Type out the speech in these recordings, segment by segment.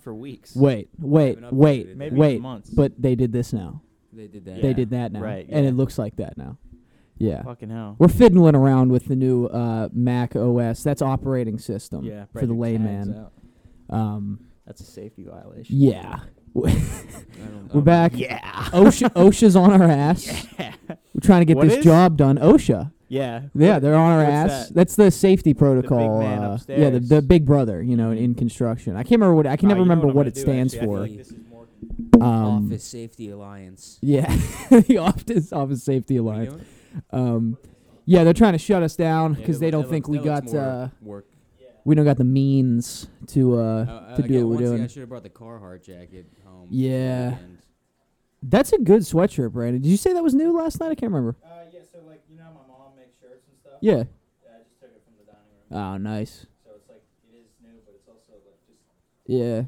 for weeks. Wait, wait, haven't updated wait, it. Maybe wait. months. But they did this now. They did that. They Yeah, did that now. right, And yeah. it looks like that now. Yeah. fucking hell. We're fiddling around with the new uh, Mac OS. That's operating system yeah, for the Brandon Tags layman. out. Um, That's a safety violation. yeah. I don't- We're um, back. Yeah. OSHA, OSHA's on our ass. We're trying to get What this is? job done. OSHA. Yeah. Yeah, they're on our what's ass. that? That's the safety protocol. man uh, yeah, the, the upstairs. Mm-hmm. big brother, you know, in construction. I can't remember what I can Oh, never you know remember I'm what gonna it do, stands actually. I for. think this is more- Um, Office Safety Alliance. Yeah, the office office safety What are you alliance. doing? Um, yeah, they're trying to shut us down Yeah, because they that loo- don't that think looks- we that looks got uh, more work. we don't got the means to uh, Uh, to I- I do what got- once we're again, I doing. should have brought the Carhartt jacket home. Yeah. And That's a good sweatshirt, Brandon. Did you say that was new last night? I can't remember. Uh, yeah, so like you know, how my mom makes shirts and stuff. Yeah. Yeah, I just took it from the dining room, Oh, nice. so it's like it is new, but it's also like just Yeah.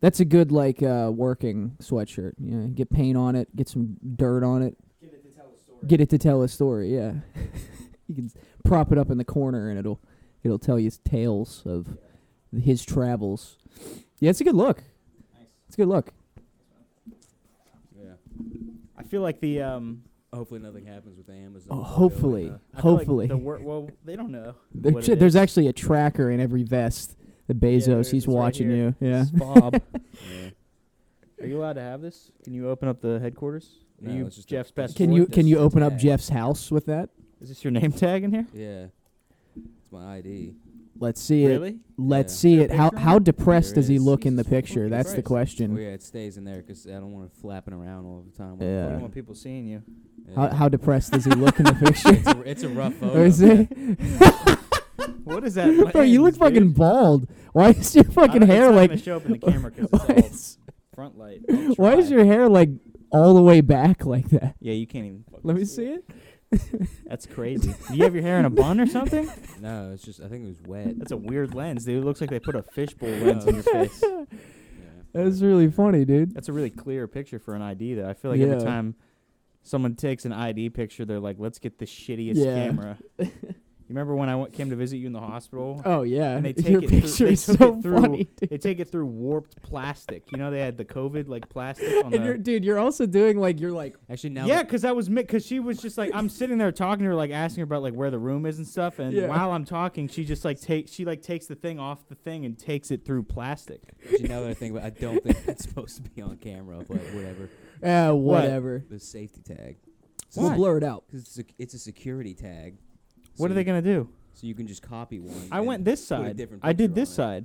That's a good like uh, working sweatshirt. You know, get paint on it, get some dirt on it, get it to tell the story. get it to tell a story. Yeah, you can s- prop it up in the corner and it'll it'll tell you tales of his travels. Yeah, it's a good look. It's a good look. yeah. I feel like the um. Hopefully nothing happens with the Amazon. Oh, logo and, hopefully, uh, I feel like hopefully. the wor- well, they don't know. There- what shit, it there's is. actually a tracker in every vest. The there Bezos, is. he's It's right watching here. you. Yeah. Bob, uh, yeah. are you allowed to have this? Can you open up the headquarters? Are No, you it's just a- Jeff's best? Can sport? you this can you open up tag. Jeff's house with that? Is this your name tag in here? Yeah. It's my ID. Let's see it. Really? Let's Yeah. see it. a How picture on how depressed There does he is. look in the Jesus fucking picture? That's the Christ. question. Well, yeah, it stays in there 'cause I don't want it flapping around all the time. Yeah. I Yeah. don't want people seeing you. How how depressed does he look in the picture? it's, a, it's a rough Oh, photo. Or is it? What is that? Bro, you look lens, fucking dude? bald. Why is your I fucking don't- it's hair not like? gonna show up in the camera 'cause Why it's is, all front light. why is your hair like all the way back like that? Yeah, you can't even. fucking Let me see it. That's crazy. Do you have your hair in a bun or something? No, it's just I think it was wet. That's a weird lens, dude. It looks like they put a fishbowl lens in your face. Yeah. That's really funny, dude. That's a really clear picture for an ID, though. I feel like Yeah. every time someone takes an ID picture, they're like, "Let's get the shittiest Yeah. camera." you remember when I went, came to visit you in the hospital? Oh yeah, And they your take it through- picture they is took so it through funny, dude. They take it through warped plastic. You know, they had the COVID like plastic on And you're, the. dude, you're also doing like you're like Actually, now Yeah, because I was because she was just like I'm sitting there talking to her, like asking her about like where the room is and stuff. And Yeah. while I'm talking, she just like takes she like takes the thing off the thing and takes it through plastic. that, actually, now that I think about, it, I don't think that's supposed to be on camera, but whatever. ah, whatever. The safety tag. We'll Why? blur it out. Because it's a, it's a security tag. What so are they you- gonna do? So you can just copy one. I and went this put a side. different I did picture this on side. it.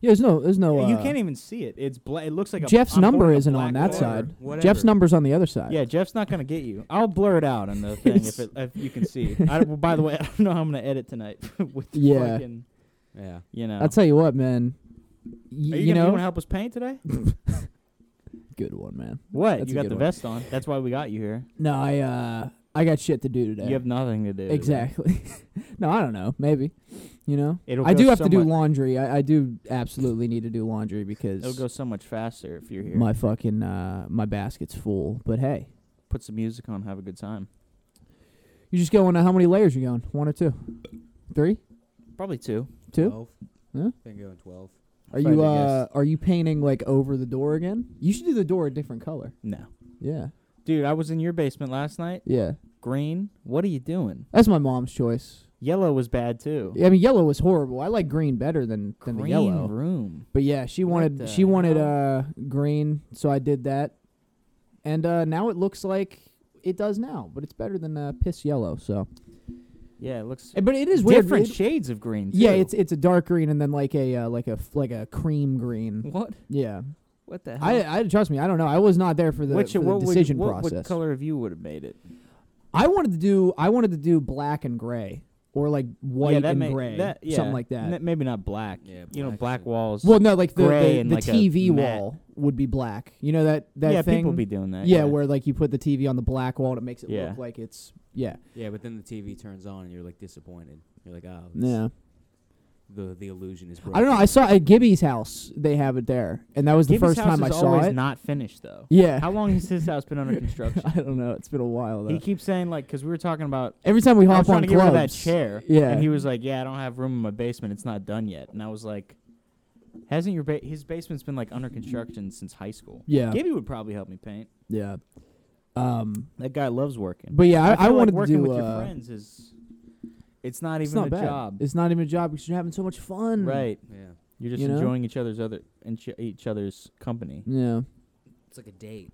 Yeah, there's no, there's no. Yeah, you uh, can't even see it. It's bla- It looks like a Jeff's I'm number holding a isn't on black bar. that side. Whatever. Jeff's number's on the other side. Yeah, Jeff's not gonna get you. I'll blur it out on the thing if it if you can see. I, well, by the way, I don't know how I'm gonna edit tonight with the Yeah. fucking Yeah. you know. I'll tell you what, man. Y- Are you, you gonna know, want to help us paint today? good one, man. What? That's you got a good the one. vest on. That's why we got you here. No, I, uh, I got shit to do today. You have nothing to do. today. exactly. no, I don't know. Maybe, you know, It'll I go do have to do somewhat- laundry. I, I do absolutely need to do laundry because It'll go so much faster if you're here. my fucking uh, my basket's full. But hey, Put some music on. Have a good time. you just going? Uh, how many layers you going? One or two? Three? Probably two. Two? 12. Huh? I think I'm going 12. Are If I had you to uh are you painting like over the door again? You should do the door a different color. No, Yeah. dude. I was in your basement last night. Yeah. Green. What are you doing? That's my mom's choice. Yellow was bad too. I mean yellow was horrible. I like green better than than Green the yellow. room. But yeah, she What wanted the she wanted hell? uh green, so I did that. And uh now it looks like it does now, but it's better than uh, piss yellow, so. Yeah, it looks. Eh, But it is weird. different It- shades of green. yeah, too. it's it's a dark green and then like a uh, like a f- like a cream green. what? Yeah. What the hell? I I trust me, I don't know. I was not there for the, Which- for the what would- decision what process. What color of you would have made it? I wanted to do I wanted to do black and gray or like white yeah, that and may- gray, that- yeah. something like that. N- maybe not black. Yeah, you know, black's black a- walls. well, no, like the Gray the, and the like a TV matte. wall would be black. You know that that yeah, thing. people be doing that. yeah, where like you put the TV on the black wall and it makes it Yeah. look like it's yeah Yeah, but then the TV turns on and you're like disappointed. You're like, oh, it's- yeah. The, the illusion is broken. I don't know. I saw at Gibby's house they have it there, and that was the Gibbs first house time is I saw always it. not finished though. yeah, How long has his house been under construction? I don't know. It's been a while though. he keeps saying like, because we were talking about. Every time we I hop was trying on to get rid of that clubs- chair. Yeah, And he was like, "Yeah, I don't have room in my basement. It's not done yet." And I was like, Hasn't your ba- his basement's been like under construction since high school? Yeah. Gibby would probably help me paint. Yeah. Um. That guy loves working. But yeah, I, I, feel like wanted to working do. with uh, your friends is. It's not it's even not a bad. job, It's not even a job because you're having so much fun. right? Yeah. You're just You know? Mm-hmm. enjoying each other's other and each other's company. Yeah. It's like a date.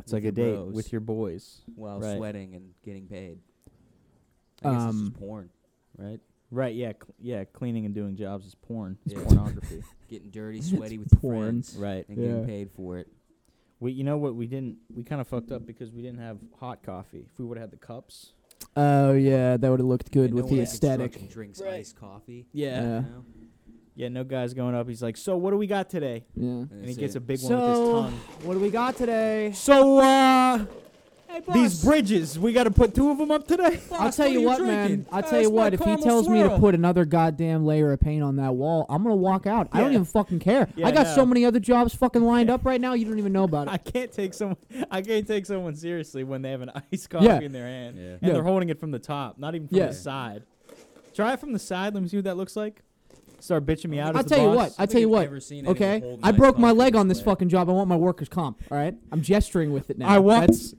It's like a date with your boys, while Right. sweating and getting paid. I guess it's Um, just porn, right? right? Yeah, cl- yeah. Cleaning and doing jobs is porn. It's Yeah. pornography, Getting dirty, It's sweaty with your porn. friends, right? And getting Yeah. paid for it. We, you know what? We didn't. We kind of fucked up because we didn't have hot coffee. If we would have had the cups, Oh yeah, that would have looked good And with no the one at construction aesthetic. Drinks Right. iced coffee. Yeah. You know? yeah. No guy's going up. He's like, "So what do we got today?" Yeah. And, And that's he gets it. a big So- one with his tongue. What do we got today? So uh, These these bridges, we got to put two of them up today. I'll tell you what, man. I'll tell you what. If he tells me to put another goddamn layer of paint on that wall, I'm gonna walk out. I don't Yeah. even fucking care. Yeah, I got I so know. many other jobs fucking lined up right now. You don't even know about it. I can't take someone. I can't take someone seriously when they have an iced coffee Yeah. in their hand Yeah. and Yeah. they're holding it from the top, not even from Yeah. the side. Try it from the side. Let me see what that looks like. Start bitching me out. I'll as the tell you boss. what. I'll tell you what. Okay, I broke my leg on this fucking job. I want my workers' comp. All right, I'm gesturing with it now. I want, That's-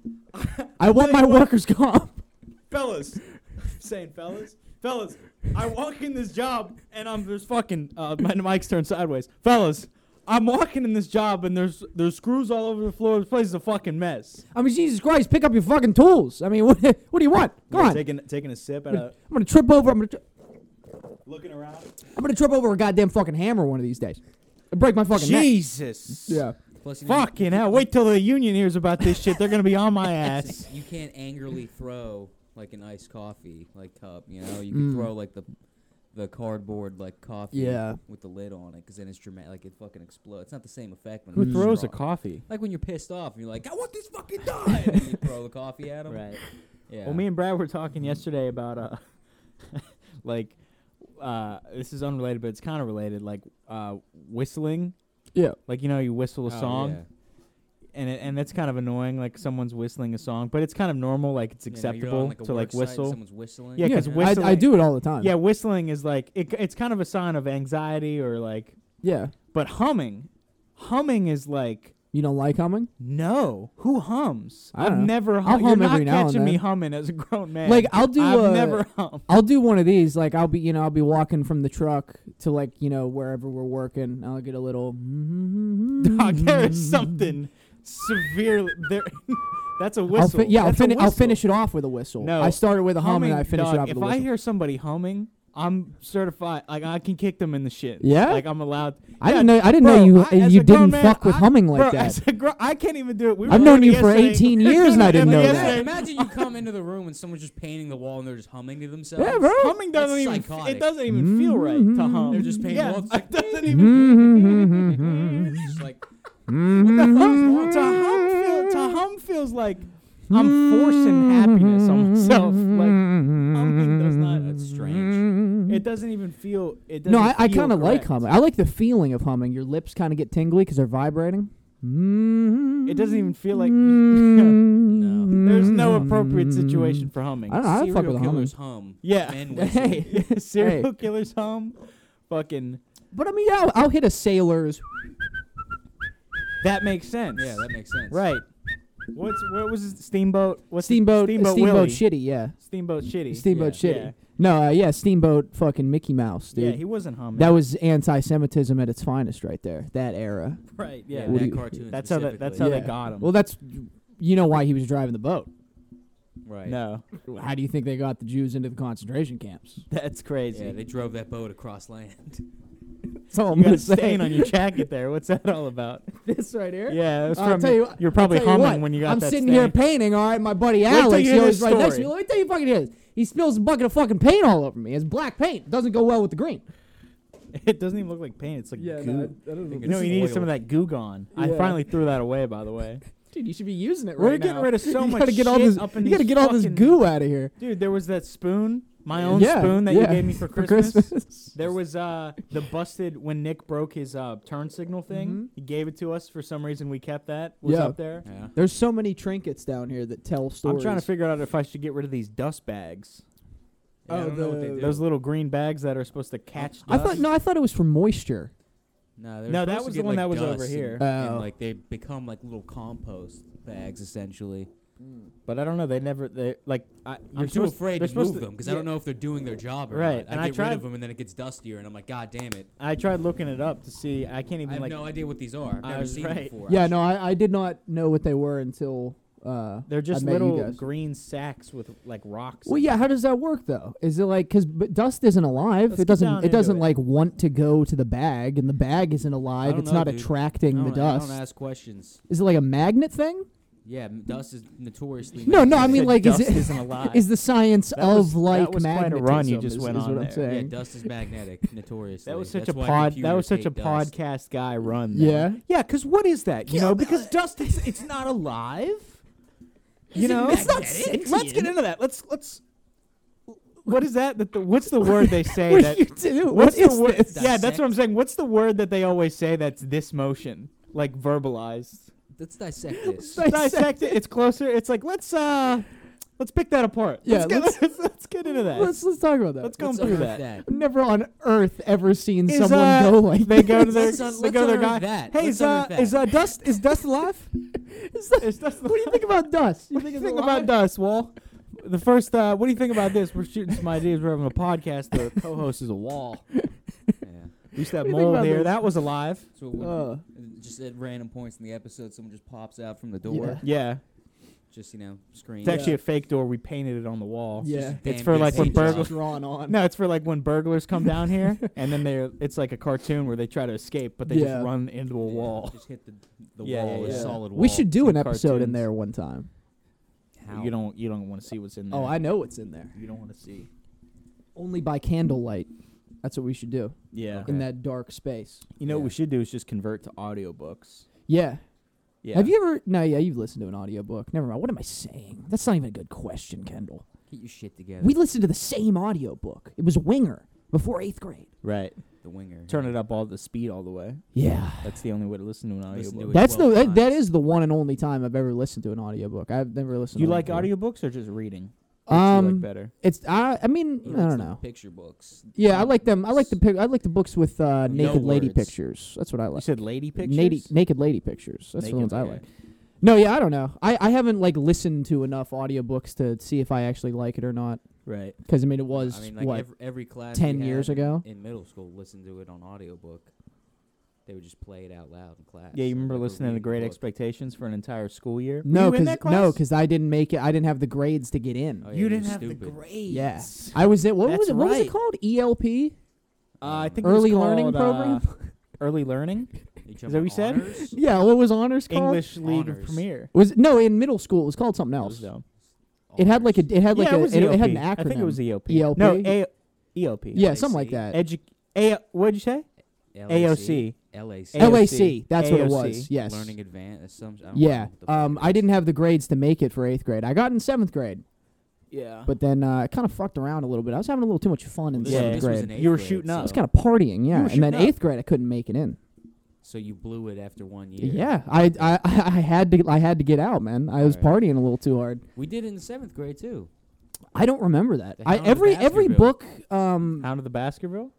I want my workers' comp. fellas. saying fellas, fellas. I walk in this job and I'm there's fucking uh, my mic's turned sideways. Fellas, I'm walking in this job and there's there's screws all over the floor. This place is a fucking mess. I mean, Jesus Christ, pick up your fucking tools. I mean, what, what do you want? Go Yeah, on. Taking taking a sip and uh, I'm gonna trip over. I'm gonna. tri- looking around. I'm gonna trip over a goddamn fucking hammer one of these days. And break my fucking neck. Jesus. Yeah. Plus, you know, Fucking hell! Wait till the union hears about this shit. They're gonna be on my ass. You can't angrily throw like an iced coffee like cup. You know, you can Mm. throw like the the cardboard like coffee Yeah. with the lid on it because then it's dramatic. Like it fucking explodes. It's not the same effect when Who it's throws a straw. coffee? Like when you're pissed off and you're like, I want this fucking done. and you throw the coffee at him. Yeah. Well, me and Brad were Mm-hmm. talking yesterday about uh, like, uh, this is unrelated, but it's kind of related. Like, uh, whistling. Yeah. Like you know, you whistle a Oh, song, yeah. and it, and that's kind of annoying. Like someone's whistling a song, but it's kind of normal. Like it's You know, you're acceptable on, like, a to like work site and whistle. Someone's whistling. Yeah, you 'cause know? whi- I, I whistling- do it all the time. yeah, whistling is like it, it's kind of a sign of anxiety or like. Yeah. But humming, humming is like. You don't like humming? No, who hums? I I've don't know. never I'll hummed. You're hum not every now and catching me then. humming as a grown man. Like I'll do. I've uh, never hummed. I'll do one of these. Like I'll be, you know, I'll be walking from the truck to like, you know, wherever we're working. I'll get a little. Dog, there is something severely there. that's a I'll whistle. fi- yeah, I'll, That's a fini- I'll whistle. finish it off with a whistle. No. I started with a hum Humming, and I finished it dog, off with If a I whistle. hear somebody humming, I'm certified. Like I can kick them in the shit. Yeah? Like I'm allowed. I Yeah, didn't know. I didn't know bro, you. I- as you a grown didn't man, fuck with I- humming like bro, that. as a gro- I can't even do it. We were I've known learning you for yesterday- 18 we were years and I learning didn't know that. yesterday. Imagine you come into the room and someone's just painting the wall and they're just humming to themselves. Yeah, bro. Humming doesn't That's even. f- psychotic. It doesn't even feel right to Mhm. hum. They're just paying yeah, off. It It's like- doesn't Mm-hmm. even. Mhm. It's just like What the hum Mm-hmm. feel, to hum feels like I'm forcing happiness Mm-hmm. on myself. Like humming does not. that's strange. It doesn't even feel. It doesn't No, I, I feel kind of like correct. humming. I like the feeling of humming. Your lips kind of get tingly because they're vibrating. It doesn't even feel like. no. There's no appropriate situation for humming. Mm-hmm. I don't know. I don't fuck Serial with humming. killers hum. Yeah. Men whistle. Hey, Yeah, Serial killers hum. Fucking. but I mean, yeah, I'll, I'll hit a sailor's. That makes sense. Yeah, that makes sense. right. What's what was it? Steamboat? What's the- Steamboat, Steamboat. steamboat Willie. shitty, yeah. Steamboat shitty. Steamboat yeah, shitty. No, uh, yeah, steamboat fucking Mickey Mouse, Yeah. dude. yeah, he wasn't humming. that was anti-Semitism at its finest, right there. That era. right. Yeah, Yeah. What do that you- cartoon. that's how that. That's how specifically. they Yeah. got him. Well, that's you know why he was driving the boat. Right. no, How do you think they got the Jews into the concentration camps? that's crazy. Yeah, they drove that boat across land. That's all I'm you got gonna a stain say. on your jacket there. What's that all about? this right here. Yeah, it was I'll from tell you- you, are probably I'll tell you humming what, when you got I'm that sitting stain. here painting, all right. My buddy till Alex, you he hear always this right next to me. story. Let me tell you fucking this. He spills a bucket of fucking paint all over me. It's black paint. Doesn't go well with the green. It doesn't even look like paint. It's like goo. think you know, it's you need oil. some of that goo gone. I Yeah. finally threw that away, by the way. Dude, you should be using it We're right now. getting rid of so you much gotta get all shit this, up in You gotta these get all this fucking- goo out of here. Dude, there was that spoon, my own Yeah, spoon that you yeah. gave me for For Christmas. Christmas. There was uh the busted when Nick broke his uh turn signal thing. Mhm. He gave it to us for some reason. We kept that. Was Yeah. up there. Yeah. There's so many trinkets down here that tell stories. I'm trying to figure out if I should get rid of these dust bags. Yeah, I Oh, don't know what they the- do. Those little green bags that are supposed to catch. Dust. I thought no, I thought it was for moisture. No, they're No, that supposed to was the get, one like, that was dust over and- here. And, Oh. like they become like little compost bags essentially. But I don't know. They never. They like. I, you're I'm too supposed- afraid they're to supposed move them because I yeah. don't know if they're doing their job or Right, not. and I I get rid tried- of them and then it gets dustier, and I'm like, God damn it! I tried looking it up to see. I can't even I have like. no idea what these are. I've I never was seen them right. before. Yeah, no, I, I did not know what they were until uh, They're just I met you little guys. green sacks with like rocks. Well, in yeah. them. How does that work though? Is it like because dust isn't alive? Let's get down it doesn't. into It doesn't it. like want to go to the bag, and the bag isn't alive. don't It's know, not dude. I attracting don't, the I dust. don't ask questions. Is it like a magnet thing? Yeah, m- dust is notoriously. No, no. I Said mean, like, is dust it isn't alive. is the science That of was- that like was quite a magnetism? run you just is, went is on what I'm there. Yeah, saying. dust is magnetic, notoriously. that was such That's a why pod. That was computers such a hate dust. podcast guy run. there. Yeah. Yeah. Because what is that? You know, because dust is it's not alive. You Is it know, It's not magnetic? Let's get into that. Let's let's. What is that? That the, what's the word they say What that? you do? What's what the is word? this? Yeah, that's what I'm Dissect? saying. What's the word that they always say that's this motion, like verbalized? Let's dissect this. Dissect Dissect it. It's closer. It's like let's uh, let's pick that apart. Yeah, let's get, let's, let's get into that. Let's let's talk about that. Let's go Let's through unearth that. I've never on earth ever seen Is, someone uh, go like They go to their Let's un- they go to their let's unearth guy. that. Hey, Let's is uh, unearth that." is uh, dust is dust alive? Is that- is dust What do you think about dust? You What do think you it's think alive? about dust, Wall? The first, uh, what do you think about this? We're shooting some ideas. We're having a podcast. The co-host is a wall. Yeah. We used to have What do you think mold about here. this? That was alive. So it would- Uh. just at random points in the episode, someone just pops out from the door. Yeah. Yeah, Just you know, scream. it's actually a fake door. We painted it on the wall. Yeah. It's for, like, when burglars- drawn on? No, it's for like when burglars come down here, and then they're it's like a cartoon where they try to escape, but they Yeah. just run into a wall. Just hit the, the Yeah, wall. yeah, a yeah. solid wall. We should do an and episode cartoons. in there one time. How? You don't you don't want to see what's in there. Oh, I know what's in there. you don't want to see. Only by candlelight. That's what we should do Yeah, Okay. in that dark space. you know what we Yeah. should do is just convert to audiobooks. Yeah. Yeah, Have you ever? No, yeah, you've listened to an audiobook. Never mind. What am I saying? That's not even a good question, Kendall. get your shit together. We listened to the same audiobook. It was Winger before eighth grade. right? the winger. Turn it up all the speed all the way. Yeah. That's the only way to listen to an Listen to audiobook. it. That's the 12 that, that times. is the one and only time I've ever listened to an audiobook. I've never listened. Do you to one like before. audiobooks or just reading? What do you Um, like better? it's I. I mean, You I it's don't the know. Picture books. Yeah, I like them. I like the pic- I like the books with uh, um, No naked lady words. pictures. That's what I You like. said lady pictures. Nady- naked lady pictures. That's Naked, the ones I okay. like. No, yeah, I don't know. I, I haven't like listened to enough audiobooks to see if I actually like it or not. Right. Because I mean, it was I mean, like what every, every class. we ten years had ago. in middle school, listened to it on audiobook. They would just play it out loud in class. Yeah, you I remember listening to reading the Great book. Expectations for an entire school year? No, Were you in because that no, class? 'cause I didn't make it. I didn't have the grades to get in. Oh, yeah, you you're didn't have the stupid. grades. yeah, I was at what That's was it? What was right. it called? E ELP, Uh, I think it was early learning called, uh, program. early learning. You Is that what you said? honors? yeah, what was honors called? English League Honors. Premier. Was no in middle school. It was called something That was else. dumb. It had like a. It had like yeah, a. it, was It, it had an EOP. acronym. I think it was E EOP. ELP? No, A- EOP. Yeah, something like LAC. that. Edu- A- what'd you say? AOC. LAC. A- LAC. That's what it AOC. was. Yes. Learning advanced. Some, I don't yeah. know what the fuck Um, it I is. didn't have the grades to make it for eighth grade. I got in seventh grade, Uh-huh. Yeah. but then uh, I kind of fucked around a little bit. I was having a little too much fun in Well, this- Yeah. seventh this was grade. in eighth You were grade, shooting I up. was so- kind of partying, You yeah. were And then shooting up. eighth grade, I couldn't make it in. So you blew it after one year. Yeah, I, I I had to I had to get out, man. I was Alright. partying a little too hard. We did it in seventh grade too. I don't remember that. The I Hound of every every Baskerville. book. Um, Out of the Baskerville.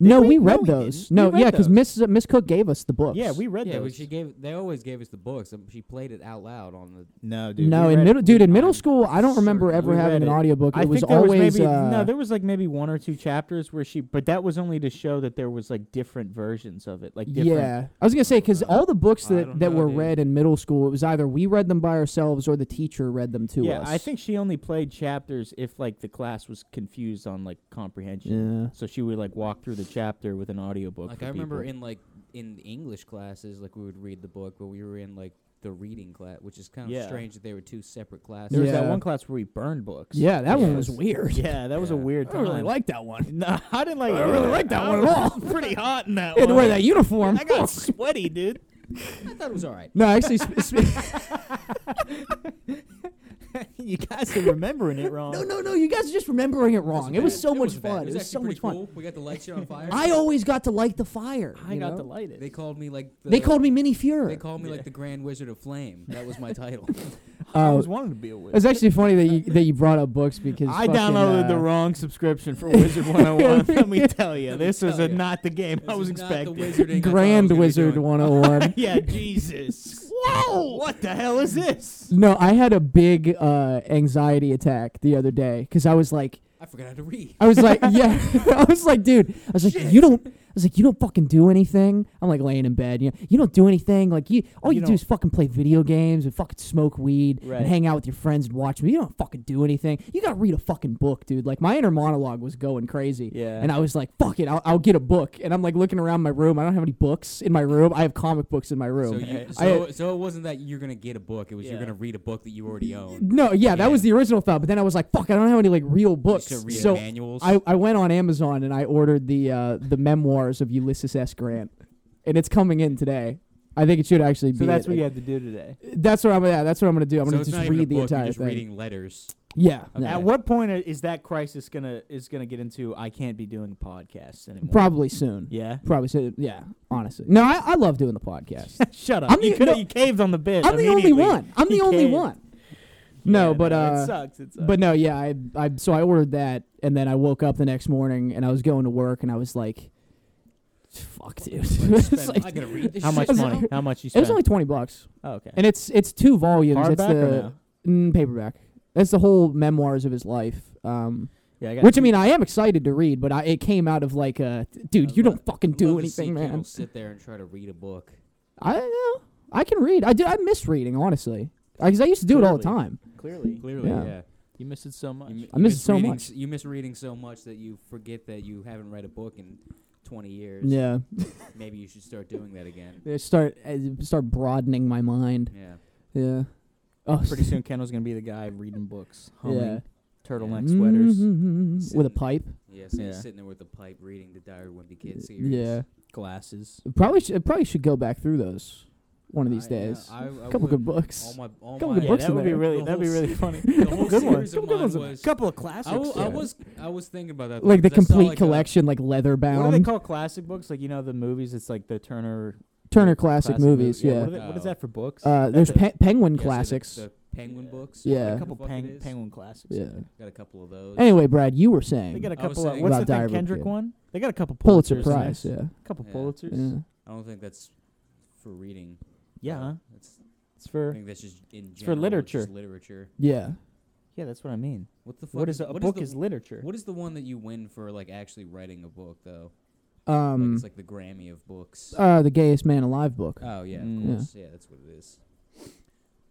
no, we- we no, read we those. didn't. No, We yeah, read because those. Miss Miss Cook gave us the books. Yeah, we read yeah, those. but she gave. They always gave us the books. Um, She played it out loud on the. no, dude. no, we in read- middle, dude, in middle I'm school, I don't remember certain ever we read having an it. audiobook. I it was think there always was maybe uh, no. There was like maybe one or two chapters where she, but that was only to show that there was like different versions of it, like different. Yeah, I was gonna say because Uh, all the books I that don't that know, were dude. read in middle school, it was either we read them by ourselves or the teacher read them to yeah, us. I think she only played chapters if like the class was confused on like comprehension. Yeah. So she would like walk through the chapter with an audiobook. Like for I remember people. in like in the English classes, like we would read the book, but we were in like the reading class, which is kind of Yeah. strange that they were two separate classes. there was Yeah. that one class where we burned books. Yeah, that one Yeah. was weird. Yeah, Uh-huh. that was a Yeah. weird I time. don't really like that one. No, I didn't like. I it don't really either. like that I one at was all. Pretty hot in that I had to one. wear that uniform. I got sweaty, dude. I thought it was all right. no, actually, sp- sp- you guys are remembering it wrong. no, no, no. You guys are just remembering it wrong. It was so much fun. It was, so much fun. We got the lights on fire. I always got to light the fire. I you got know? delighted. They called me like. The, They called me Mini Fuhrer. They called me like the Grand Wizard of Flame. That was my title. I Oh, always wanted to be a wizard. it's actually funny that you that you brought up books because I fucking, downloaded uh, the wrong subscription for Wizard 101. Let me tell you, Let me this was tell a, ya. not the game I was expecting. Grand Wizard 101. yeah, Jesus. Whoa! What the hell is this? No, I had a big uh, anxiety attack the other day because I was like, I forgot how to read. I was like, yeah, I was like, dude, I was like, you don't, I was like, you don't fucking do anything. I'm like laying in bed, you know, you don't do anything. Like you, all You you, do don't- is fucking play video games and fucking smoke weed Right. and hang out with your friends and watch me. You don't fucking do anything. You gotta read a fucking book, dude. Like my inner monologue was going crazy. Yeah. And I was like, fuck it, I'll, I'll get a book. And I'm like looking around my room. I don't have any books in my room. I have comic books in my room. So, you, I- so, so it wasn't that you're gonna get a book. It was you're Yeah. gonna read a book that you already own. No, yeah, that Yeah. was the original thought. But then I was like, fuck, I don't have any like real books. Just to read So manuals. I, I went on Amazon and I ordered the uh, the memoirs of Ulysses S. Grant, and it's coming in today. I think it should actually be. So that's it. what you had to do today. That's what I'm. Yeah, that's what I'm gonna do. I'm so gonna it's just not read even a the book, entire you're just thing. reading letters. Yeah. Okay. no. Yeah. At what point is that crisis gonna is gonna get into? I can't be doing podcasts anymore. Probably soon. Yeah. Probably soon. Yeah. Honestly, no. I, I love doing the podcast. Shut up. I'm you the- coulda- no- you caved on the bit. I'm the only immediately. one. I'm the He only caved. one. No, Yeah, but uh, it sucks. It sucks. But no, yeah, I, I so I ordered that, and then I woke up the next morning, and I was going to work, and I was like, "Fuck, dude!" it's like, I gotta read this. how much shit It's- now? money? How much you it spent? was only twenty bucks, oh, okay. and it's it's two volumes. it's Hardback or the no? mm, paperback. It's the whole memoirs of his life. Um, Yeah, I got which I two- mean, I am excited to read, but I, it came out of like a dude. I you love- don't fucking I'd do love to see anything, People man. sit there and try to read a book. I know. I can read. I did. I miss reading, honestly, because I used to do it all the Clearly. time. clearly Clearly, Yeah. yeah. you missed it so much. You mi- I you miss it so reading much. s- You miss reading so much that you forget that you haven't read a book in 20 years. Yeah, Maybe you should start doing that again. They start uh, start broadening my mind. Yeah. Yeah. Oh, Pretty soon, Kendall's gonna be the guy reading books, humming Yeah. turtleneck Mhm, sweaters. mhm, mhm. With a Sitting- pipe. Yeah, so Yeah. you're sitting there with a pipe reading the Diary of a Wimpy Kid series. Yeah. glasses. Probably should, probably should go back through those one of these I- yeah, days. I- I a couple would. good All books. my, all Couple my good yeah, books that in would be there. really The that'd be whole really funny. The whole good ones. series of Couple good mine ones. was- couple of I, classics. w- I yeah. was I was thinking about that. Like the because I saw, complete like, a- collection, like leather What do they bound call classic books? Like you know the movies. It's like the Turner Turner classic, classic movies. movie- Yeah. What, are they- what is that for books? uh, there's That's a- pe- Penguin yeah, so the- classics. the Penguin books. Yeah. whatever a the couple fuck it peng- is. penguin classics. yeah. Got a couple of those. Anyway, Brad, you were They saying got a I was couple. Of, saying- what's About the thing, Diary of a Kendrick Kid. one? They got a couple Pulitzer Pulitzers. Prize. Yeah. A couple Yeah. Pulitzers. Yeah, yeah. I don't think that's for reading. Uh, huh? That's, it's I for. think that's just in general. for literature. Just literature. Yeah. Yeah, that's what I mean. What the fuck? What is a, a what book the- is literature? What is the one that you win for like actually writing a book though? like Um. it's like the Grammy of books. Uh, the gayest man alive book. oh yeah, Mm. of Yeah. course. Yeah. that's what it is.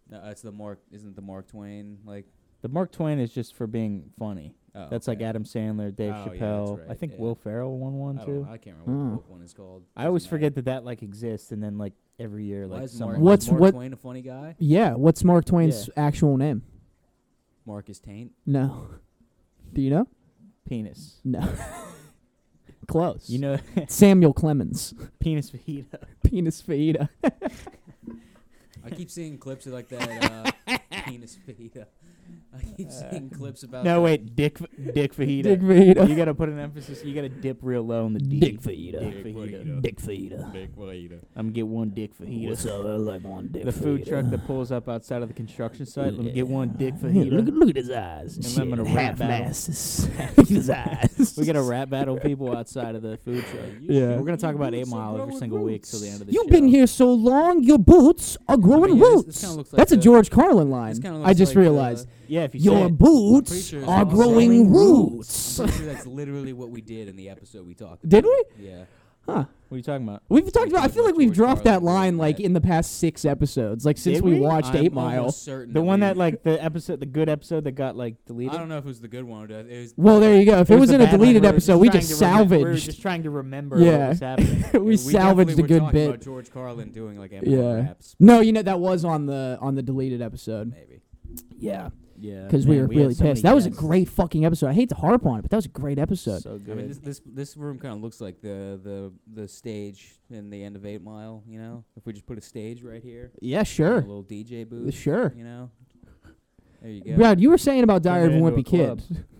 No, it's the Mark. Isn't it the Mark Twain like? The Mark Twain is just for being funny. Oh, That's like okay. Adam Sandler, Dave Oh, yeah, that's Chappelle. I right, think yeah. Will Ferrell won one I don't too. Hmm. know, I can't remember what Oh. the book one is called. I Doesn't always forget matter. that that like exists, and then like every year, Why like is Mark, someone. What- What's- is Mark what- Twain a funny guy? Yeah. What's Mark Twain's actual name? Marcus Taint. No. Do you know? penis? No. Close. You know, Samuel Clemens. penis fajita. Penis Fajita. I keep seeing clips of like that uh, penis fajita. I keep seeing clips about. No, that. wait, dick, dick fajita. Oh, Dick Fajita. you gotta put an emphasis. You gotta dip real low on the D. Dick fajita. Dick Dick fajita. fajita. Dick Fajita. Big fajita. I'm gonna get one dick fajita. up? I like one dick the food truck that pulls up outside of the construction site. Let me get one dick Yeah, fajita. look, at- look at his eyes. And And shit. I'm gonna half rap battle. asses. look at his eyes. we gotta rap battle people outside of the food truck. Yeah. We're gonna talk about Eight Mile every single week till the end of the You've show. been here so long, your boots are growing yeah, this- roots. this kinda looks like That's a the- George Carlin line. This kinda I looks just like, uh, realized Yeah, if you say your it. Pretty boots sure it's are also- growing roots. I'm pretty sure that's literally what we did in the episode we talked. about. Did we? Yeah. Huh. What are you talking about? We've talked about. I feel like we've George dropped that Carlin line doing like that. in the past six episodes, like since Did we we? watched I'm Eight Mile. almost certain The one we- that like the episode, the good episode that got like deleted. I don't know if it was the good one. Or the- it was Well, there you go. If it, was the in a bad one. deleted We were episode, we trying just to remem- We were salvaged. just trying to remember Yeah. what was happening. we salvaged a definitely were good talking bit. About George Carlin doing like Yeah. yeah. raps, No, you know that was on the on the deleted episode. maybe. Yeah, Yeah, because we were really pissed. That was a great fucking episode. I hate to harp on it, but that was a great episode. So good. I mean, this this, this room kind of looks like the, the the stage in the end of Eight Mile. You know, if we just put a stage right here, yeah, and sure, a little DJ booth. sure. You know, there you go. Brad, you were saying about Diary of a Turned it Wimpy into a Kid.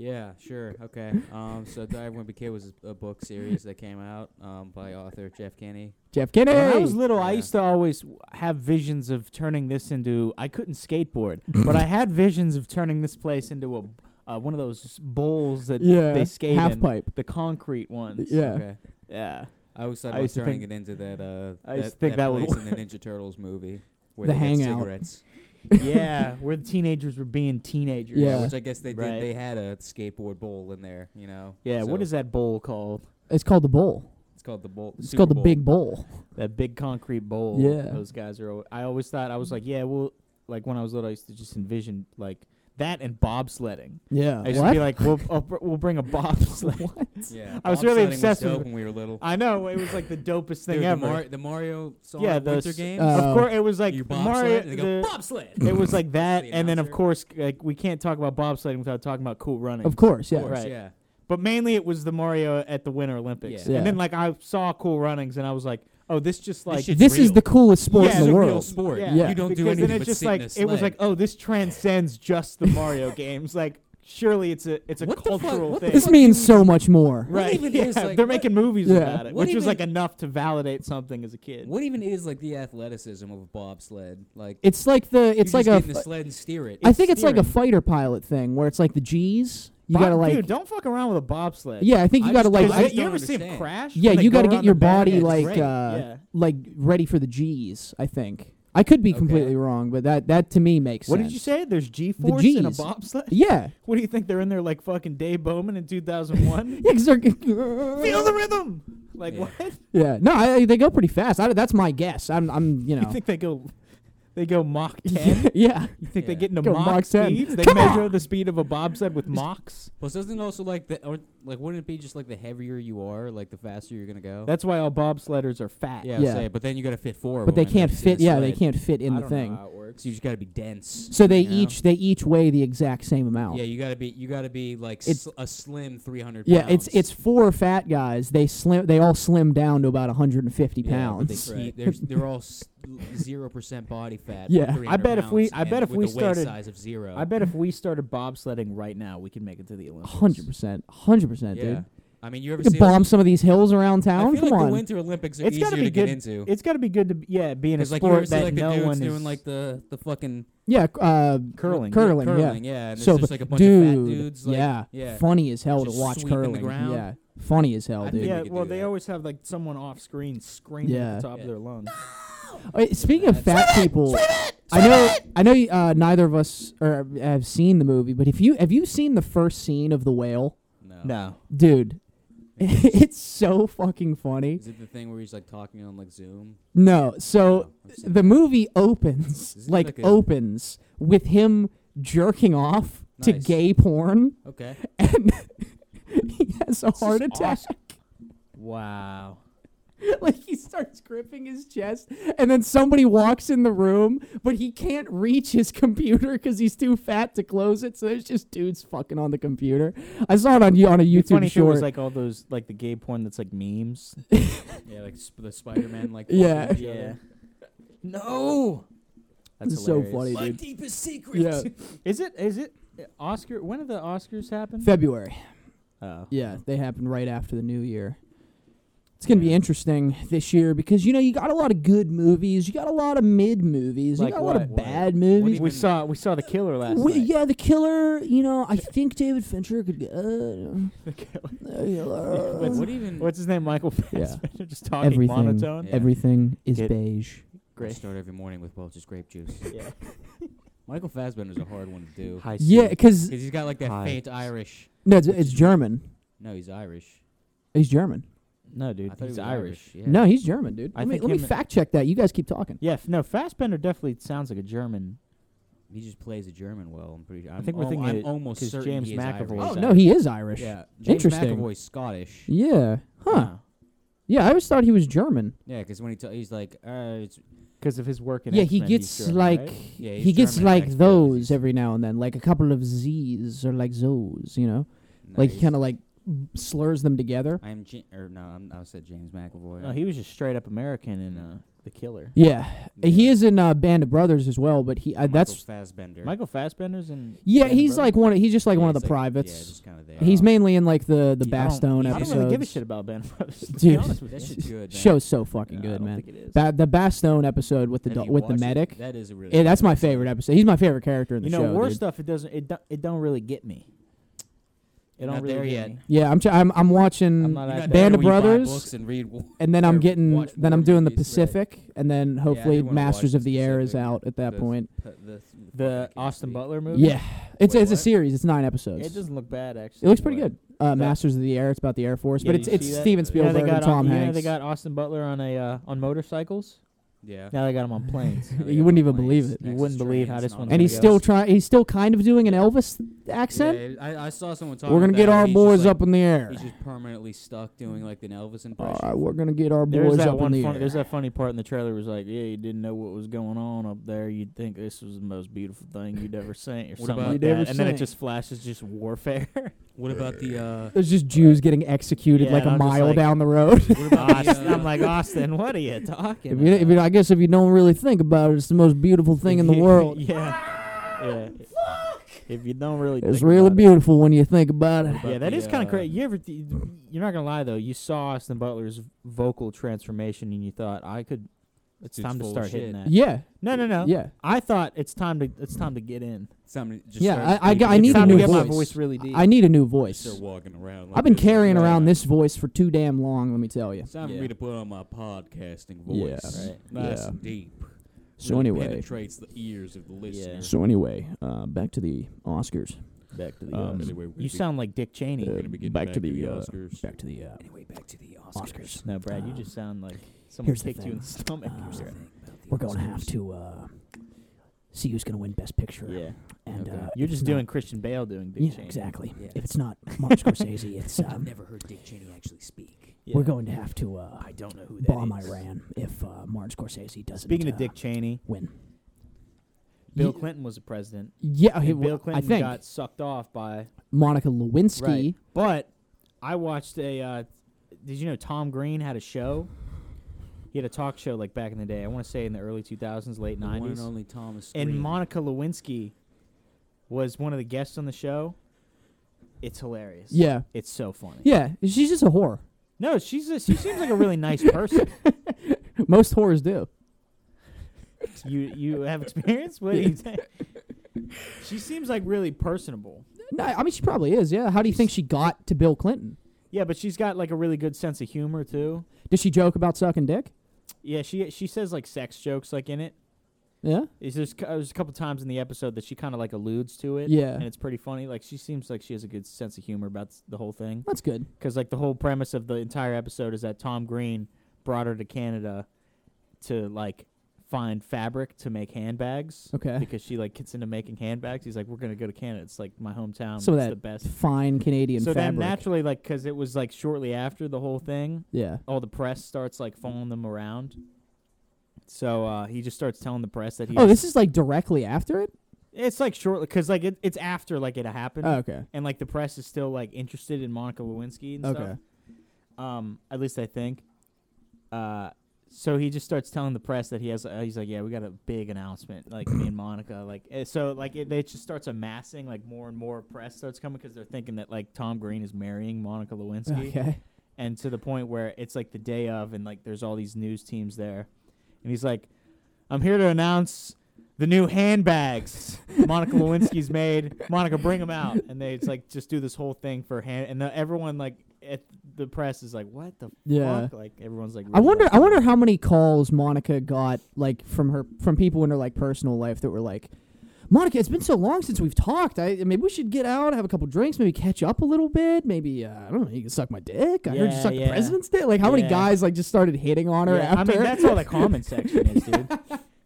Yeah, sure. Okay. Um, so Diary of a Kid was a book series that came out um, by author Jeff Kenny. Jeff Kennedy. When I was little, I Yeah. used to always w- have visions of turning this into. I couldn't skateboard, but I had visions of turning this place into a uh, one of those bowls that yeah. they skate half in. pipe. the concrete ones. Yeah. Okay. yeah. I always thought I about used to turning think- it into that uh I used that, to think that would place in the Ninja Turtles movie where The they had hangout. cigarettes. yeah, where the teenagers were being teenagers. Yeah. Which I guess they did. Right. They had a skateboard bowl in there, you know. Yeah, what so is that bowl called? It's called the bowl. It's called the bowl. It's Super called the bowl. big bowl. That big concrete bowl. Yeah. those guys are. al- I always thought I was like, yeah, well, like when I was little, I used to just envision like that and bobsledding. Yeah. I used to what? be like, we'll I'll br- we'll bring a bobsled. Yeah. I was really bobsledding obsessed with dope it. when we were little. I know it was like the dopest thing Dude, ever. The, Mar- the Mario Sonic yeah, the Winter s- Games. uh, Of course, it was like you Mario. bobsled. and they go, the- bobsled. it was like that, The and then of announcer. course, like we can't talk about bobsledding without talking about cool running. of course, yeah. Of course, right. Yeah. But mainly it was the Mario at the Winter Olympics. Yeah. Yeah. And then like I saw cool runnings and I was like, oh, this just like shit's This is real. the coolest sport Yeah, in it's the a world. real sport. Yeah. Yeah. You don't because do anything then it's but just sit like in a it was sled. like, oh, this transcends just the Mario games. Like surely it's a it's a What the fuck- cultural what the thing. This means so much more. What right. even yeah. is, like, They're what- making movies Yeah. about it, What which was even- like enough to validate something as a kid. What even is like the athleticism of a bobsled? Like It's like the it's you like just a get in the sled and steer it. I think it's like a steering. fighter pilot thing where it's like the G's. You Bob- gotta like Dude, don't fuck around with a bobsled. Yeah, I think you I gotta just- like I Like, just you don't ever see him understand. crash? Yeah, When they you go gotta around get the your back? body Yeah, it's like uh great. yeah. like ready for the G's, I think. I could be Okay. completely wrong, but that that to me makes What sense. did you say? There's G force in a Gs. bobsled. Yeah. What do you think they're in there like fucking Dave Bowman in 2001? Yeah, 'cause they're- Feel the rhythm. Like Yeah. what? Yeah. No, I, I- they go pretty fast. I, that's my guess. I'm I'm you You know. think they go they go Mach 10? yeah. You think they Yeah. get into Go Mach, Mach 10. speeds? They Come measure the speed of a bobsled with Machs. Plus, doesn't it also like the or like wouldn't it be just like the heavier you are, like the faster you're gonna go? That's why all bobsledders are fat. yeah, I'll Yeah. say, but then you gotta fit four. of But they them in can't this- in fit the yeah, they sled. can't fit in I the don't thing. Know how it works. So you just gotta be dense. So they you know? each they each weigh the exact same amount. Yeah, you gotta be you gotta be like It's- sl- a slim 300. Yeah, it's pounds. it's four fat guys. They slim they all slim down to about 150 Yeah, but pounds. They, eat- they're, s- they're all zero percent body fat. Yeah. I 300 bet if we- pounds I bet and if with we a waist started- size of zero. I bet if we started bobsledding right now, we could make it to the Olympics. 100%. 100%, yeah. dude. I mean, you ever You could see? like- bomb some of these hills around town. I feel Come like the on. Winter Olympics are It's easier gotta to be get good- into. It's got to be good to be, yeah, be in a It's like sport you ever see that like the no dudes one is doing like the the fucking Yeah, c- uh curling. curling, curling, yeah. yeah. and So it's just but like a bunch dude, of fat dudes. Like, yeah. yeah. Funny as hell to Just watch sweeping the curling. ground. Yeah. Funny as hell, I dude. think Yeah, we could well, do they that. always have like someone off screen screaming at Yeah. the top Yeah. of their lungs. Uh, speaking of fat people, I know I know uh, neither of us are, have seen the movie, but if you have you seen the first scene of the whale, No. No, dude, it's so fucking funny. Is it the thing where he's like talking on like Zoom? No, so No, I've seen the that. movie opens Isn't it like, like a- opens with him jerking off to Nice. gay porn, Okay. and he has a heart just attack. wow. like he starts gripping his chest and then somebody walks in the room but he can't reach his computer because he's too fat to close it so there's just dudes fucking on the computer i saw it on you on a It'd be youtube funny If it was short like all those like the gay porn that's like memes. Yeah, like sp- the Spider-Man like. Yeah. walking each other. no. This is so funny, My dude. deepest secret. yeah Is it? Is it? uh, Oscar. When did the Oscars happen? february oh. yeah they happened right after the new year it's gonna be Yeah. interesting this year because you know you got a lot of good movies you got a lot of mid movies Like you got a lot of what? bad do movies you We Even- saw. We saw the killer last We- night. yeah, the killer. You know, I think David Fincher could. get- Uh, The killer. uh, you know, Wait, what even? What's his name? Michael Yeah. Fassbender. Just talking Everything. monotone. Yeah. Everything is Get- beige. I Great. start every morning with Welch's grape juice. Yeah. Michael Fassbender's a hard one to do High Yeah, speed. because because he's got like that Hi. faint Irish. no, it's, it's German. No, he's Irish. He's German. No, dude. I thought he He's was Irish. Irish. Yeah. No, he's German, dude. I let me, think let me him- fact check that. You guys keep talking. Yeah. f- No, Fassbender definitely sounds like a German. he just plays the German well. I'm pretty. sure. I'm think we're al- thinking I'm it- almost 'cause certain James he is McAvoy Irish. Oh is no, he is Irish. Yeah, James Interesting. McAvoy's Scottish. Yeah. Huh. Yeah, I always thought he was German. Yeah, because when he ta- he's like, uh, it's Because of his work in yeah, he X-Men, he's gets German, like right? Yeah, he he's gets German, like Max those Brooks. every now and then, like a couple of Z's or like Zos, you know, like he nice. kind of like slurs them together. I'm Ja- or no, I'm, I said James McAvoy. No, he was just straight up American in uh, the killer. Yeah, he Yeah. is in uh, Band of Brothers as well, but he uh, Michael that's Fassbender. Michael Fassbender's in. yeah Band of he's Brothers? like one of, he's just like Yeah, one of he's the like- Yeah, privates. just kind of there. he's mainly in like the the I don't- Bastone I I episodes. don't really give a shit about Band of Brothers. to be Dude. honest with That you. shit's good. Man. Show's so fucking Yeah, I good, don't man. think it is. Ba- the Bastone episode with the Have do- you with the watched it? medic. That is a really. Yeah, that's good my episode. favorite episode. He's my favorite character in the you show. know, war dude. stuff it doesn't it don't, it don't really get me. It don't Not really there get yet. me. Yeah, I'm ch- I'm I'm watching I'm not You're at not that. Band there of when you buy Brothers, books and read wa- and then I'm or getting watch then more I'm doing the movies, right. Pacific, and then hopefully do wanna Masters watch of the Air is Pacific. out at that Those- point. P- the- The fuck, I can't Austin speak. Butler movie. Yeah, it's Wait, it's a what? series. It's nine episodes. it doesn't look bad actually. It looks pretty but- good. Uh, that- Masters of the Air. It's about the Air Force, Yeah, but did it's you it's see that? Steven Yeah, You know Spielberg they got and Tom you know Hanks. they got Austin Butler on a uh, on motorcycles. Yeah. Now they got him on planes. Now they You got wouldn't the even believe planes, it. You Texas wouldn't believe how trains, this all one's that and he's Yes. stuff. still trying. He's still kind of doing an Elvis accent. Yeah, I, I saw someone talking. We're gonna about get that, our and he's just boys like- up Mm. in the air. He's just permanently stuck doing like an Elvis All impression. right, we're gonna get our There's boys that up in one the funny, there's air. that funny part in the trailer was like, yeah, you didn't know what was going on up there. You'd think this was the most beautiful thing you'd ever seen, or What something about- like You'd ever that. And then it seen. just flashes just warfare. What about the? uh There's just Jews getting executed Yeah, like and a I'm just mile like- down the road. What Ah, about the, Austin, uh, I'm like Austin, what are you talking? If you, about? if you, I guess if you don't really think about it, it's the most beautiful thing in the world. yeah, yeah. If you don't really, It's think really about it. beautiful when you think about it. about Yeah, that the, is kind uh, of crazy. You ever? Th- you're not gonna lie though. You saw Austin Butler's vocal transformation, and you thought, I could. It's Dude's time to full of start shit. hitting that. Yeah, No, no, no. yeah, I thought it's time to. It's time to get in. Somebody just yeah. starts I I, speaking got- I with need your a time new to get voice. my voice really deep. I need a new Just voice. Start walking around. Like I've been this. carrying around Right. this voice for too damn long. Let me tell you. It's time Yeah. for me to put on my podcasting Yeah. voice. Right. Nice Yeah. and deep. So Really anyway, penetrates the ears of the listener. so anyway, uh, back to the Oscars. Back to the Um, Oscars. Anyway, we're you gonna be- sound like Dick Cheney. Uh, we're gonna be getting back back, to to the, uh, Oscars. Back to the uh, Anyway, back to the Oscars. Oscars. no, Brad, you uh, just sound like someone here's the kicked you in thing. the stomach. Uh, or here's the something. We're gonna have to uh, see who's gonna win Best Picture. yeah, and Okay. uh, you're if just it's not- doing Christian Bale doing Dick Yeah, Cheney. exactly. Yeah. If it's not Martin Scorsese, it's um, never heard Dick Cheney actually speak. Yeah. we're going to have to uh, I don't know who that bomb is. Iran if uh, Martin Scorsese doesn't. Speaking uh, of Dick Cheney, win. Bill Ye- Clinton was the president. Yeah, he, and Bill I Clinton think got sucked off by Monica Lewinsky. Right. But I watched a. Uh, did you know Tom Green had a show? He had a talk show like back in the day. I want to say in the early 2000s, late The one 90s. and only Thomas. and Green. Monica Lewinsky was one of the guests on the show. It's hilarious. Yeah, It's so funny. yeah. She's just a whore. No, she's a, she seems like a really nice person. Most whores do. you you have experience? What do you think? She seems like really personable. No, I mean she probably is. Yeah. How do you think she got to Bill Clinton? Yeah, but she's got like a really good sense of humor too. Does she joke about sucking dick? Yeah, she she says like sex jokes like in it. Yeah. Is there's, c- there's a couple times in the episode that she kind of like alludes to it. Yeah. And it's pretty funny. Like she seems like she has a good sense of humor about s- the whole thing. That's good. Because like the whole premise of the entire episode is that Tom Green brought her to Canada to like find fabric to make handbags. Okay. Because she like gets into making handbags. He's like, we're gonna go to Canada. It's like my hometown. Some of it's that the best. Fine Canadian so then fabric. naturally, like, because it was like shortly after the whole thing, yeah. all Oh, the press starts like following them around. So uh, he just starts telling the press that he. Oh, was- this is like directly after it. It's like shortly because like it, it's after like it happened, Oh, okay. and like the press is still like interested in Monica Lewinsky and Okay. stuff. Um, at least I think. Uh, so he just starts telling the press that he has. Uh, he's like, "Yeah, we got a big announcement. Like me and Monica. Like eh, so. Like it, it just starts amassing. Like more and more press starts coming because they're thinking that like Tom Green is marrying Monica Lewinsky, Okay. and to the point where it's like the day of, and like there's all these news teams there, and he's like, "I'm here to announce." The new handbags Monica Lewinsky's made. Monica, bring them out, and they it's like just do this whole thing for hand, and the, everyone like at the press is like, "What the Yeah. fuck? Like everyone's like. I really wonder. upset. I wonder how many calls Monica got, like from her, from people in her like personal life that were like, "Monica, it's been so long since we've talked. I maybe we should get out, have a couple drinks, maybe catch up a little bit. Maybe uh, I don't know. You can suck my dick. I heard you Yeah, suck the yeah. president's dick. Like how many Yeah. guys like just started hitting on her Yeah, I after? mean, that's all the comment section is, dude.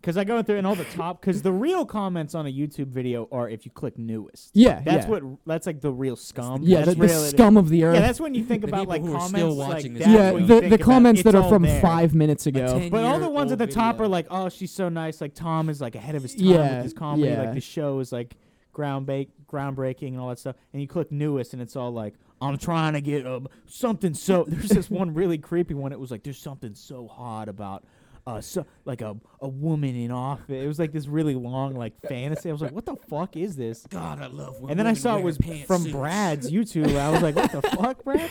Because I go through and all the top. Because the real comments on a YouTube video are if you click newest. yeah, That's yeah. what. That's like the real scum. Yeah, that's the, the really scum of the earth. Yeah, that's when you think The about people like who are comments. still watching like, this that's Yeah, video. what you the, think the about. comments It's that are all from there. five minutes ago. ten- But all the ones at the year-old top are video. like, oh, she's so nice. Like Tom is like ahead of his time Yeah, with his comedy. yeah. Like the show is like ground ba- groundbreaking and all that stuff. And you click newest, and it's all like, I'm trying to uh, get um, something so. There's this one really creepy one. It was like, there's something so hot about uh, so, like a a woman in office. It was like this really long like fantasy. I was like, what the fuck is this? God, I love women. And then I saw it was from pantsuits. Brad's YouTube. I was like, what the fuck, Brad?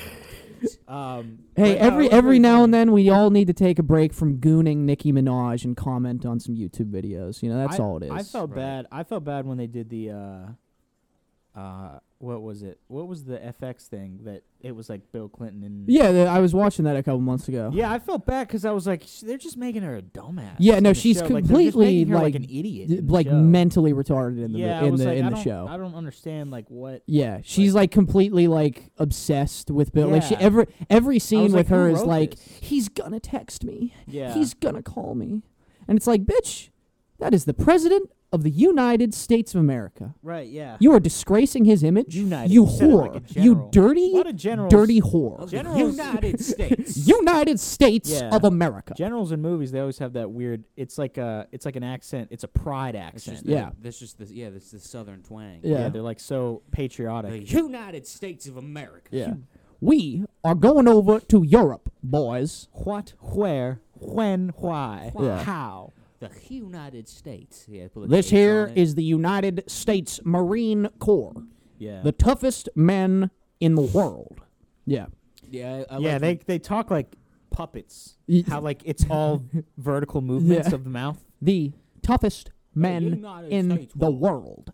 Um, but Hey, no, it every was every pretty now funny. and then we all need to take a break from gooning Nicki Minaj and comment on some YouTube videos. You know, that's I- all it is. I felt Right. bad. I felt bad when they did the uh uh what was it? What was the FX thing that it was like Bill Clinton and yeah, th- I was watching that a couple months ago. Yeah, I felt bad cuz I was like "Sh- they're just making her a dumbass. Yeah, in no, the she's show. Like, they're just completely, making her like, an idiot. D- in the like show. mentally retarded in the yeah, I in was the like, in I the don't- show. I don't understand like what yeah, she's like completely like obsessed with Bill. Like she Yeah. every every I scene was with like, who her is wrote like this? he's gonna text me. yeah. He's gonna call me. And it's like, bitch, that is the president of the United States of America. right, yeah. You are disgracing his image. United. You He said it like whore. a you general. dirty, a lot of generals dirty whore. Of the Generals- United States. United States Yeah. of America. generals in movies they always have that weird it's like a it's like an accent. It's a pride It's accent. just Yeah. The, that's just the yeah. That's the southern twang. Yeah. they're like so The patriotic. United States of America. yeah. We are going over to Europe, boys. What, where, when, why, Yeah. how. The United States. Yeah. put a This H on here it. is the United States Marine Corps, Yeah. the toughest men in the world. Yeah. Yeah. I, I yeah, like they they talk like puppets. Y- How like it's all vertical movements Yeah. of the mouth. The toughest men United in States the world.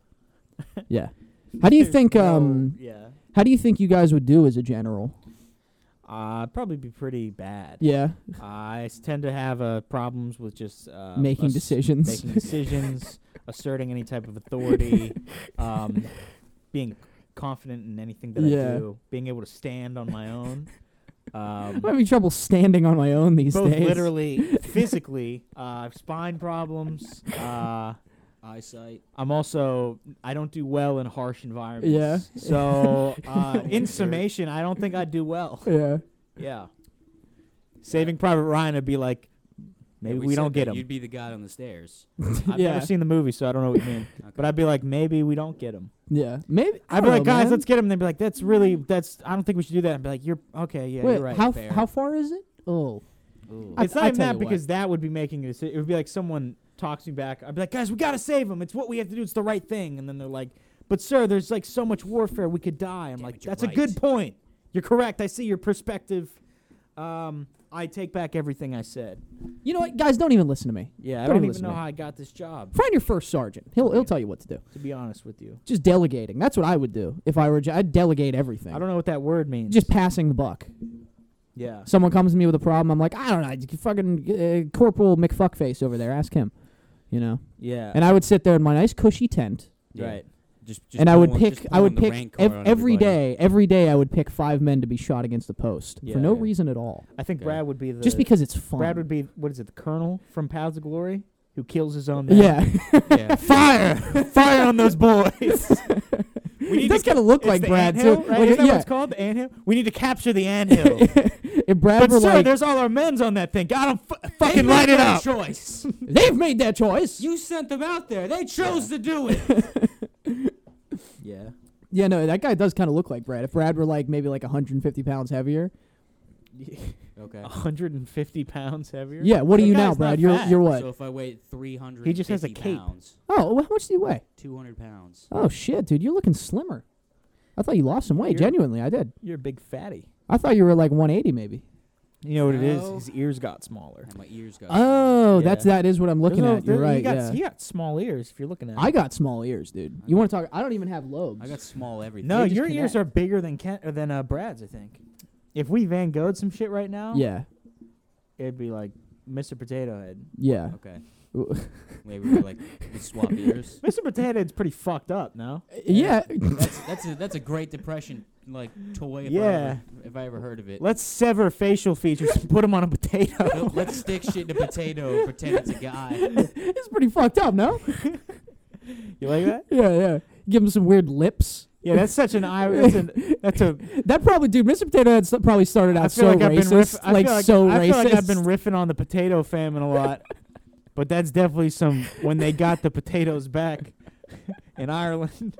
world. yeah. How do you think um yeah. how do you think you guys would do as a general? Uh, probably be pretty bad. Yeah, I s- tend to have uh, problems with just uh, making us- decisions. making decisions, asserting any type of authority, um, being confident in anything that Yeah. I do, being able to stand on my own. Um, I'm having trouble standing on my own these both days. literally, physically, uh, spine problems. Uh, eyesight. I'm also I don't do well in harsh environments. Yeah. So uh, in Sure. summation, I don't think I'd do well. Yeah. Yeah. Saving Private Ryan would be like, maybe Yeah, we, said don't get that. him. You'd be the guy on the stairs. I've Yeah. never seen the movie, so I don't know what you mean. But I'd be like, maybe we don't get him. Yeah. Maybe I I'd be don't like, know, guys, man. let's get him. They'd be like, that's really that's I don't think we should do that. I'd be like, you're okay, yeah, Wait, you're right. how fair. how far is it? Oh. I- it's not I even tell that you what. because that would be making a decision. It would be like someone talks me back. I'd be like, guys, we gotta save him. It's what we have to do. It's the right thing. And then they're like, but sir, there's like so much warfare. We could die. I'm Damn like, it, you're that's a right." good point. You're correct. I see your perspective. Um, I take back everything I said. You know what, guys, don't even listen to me. Yeah, I don't Don't even even know listen. how I got this job. Find your first sergeant. He'll he'll Yeah. tell you what to do. To be honest with you, Just delegating. That's what I would do if I were. ge- I'd delegate everything. I don't know what that word means. Just passing the buck. yeah. Someone comes to me with a problem. I'm like, I don't know. you can Fucking uh, Corporal McFuckface over there. Ask him. You know. Yeah. And I would sit there in my nice cushy tent, Yeah. right. Just, just and I pull would on- pick. just pull I on would the pick rank ev- card on every everybody. day. Every day, I would pick five men to be shot against the post Yeah. for no Yeah. reason at all. I think Yeah. Brad would be the Just because it's fun. Brad would be what is it? The Colonel from Paths of Glory who kills his own. man. Yeah. Yeah. Fire! Fire on those boys! we He need does to kind of look it's like the Brad too. anthill, Right? Like, Isn't that yeah. what it's called? The anthill? We need to capture the anthill. If Brad but were sir, like, there's all our men's on that thing. Got 'em f- They fucking made light it their up. Choice. they've made that choice. you sent them out there. They chose to do it. Yeah. Yeah, no, that guy does kind of look like Brad. If Brad were like maybe like 150 pounds heavier, Okay. 150 pounds heavier. yeah. What are That you now, guy's not Brad? You're fat. you're what? So if I weighed 300 He just has a cape. pounds, oh, wh- how much do you weigh? 200 pounds. Oh shit, dude, you're looking slimmer. I thought you lost some weight. You're- Genuinely, I did. You're a big fatty. I thought you were like 180 maybe. You know what it No. is? His ears got smaller. And my ears got Oh, Yeah. that's that is what I'm looking There's no- at. You're there- right. He got, yeah. he got small ears. If you're looking at. I it. got small ears, dude. You want to talk? I don't even have lobes. I got small everything. no, they just your ears connect. are bigger than Ken or than uh, Brad's. I think. If we Van Gogh'd some shit right now, yeah, it'd be like Mr. Potato Head. yeah. Okay. Ooh. Maybe we like we swap ears. Mr. Potato Head's pretty fucked up, no? Yeah, That's that's a that's a Great Depression like toy. If I Yeah. ever, if I ever heard of it. Let's sever facial features and put him on a potato. Let, us stick shit in a potato and pretend it's a guy. it's pretty fucked up, no? you like that? Yeah, yeah. Give him some weird lips. Yeah, that's such an I. That's, an, that's a. That probably, dude. Mr. Potato Head s- probably started I out feel so like I've been riff, racist, I like feel like so I racist. feel like I've been riffing on the potato famine a lot, but that's definitely some when they got the potatoes back in Ireland.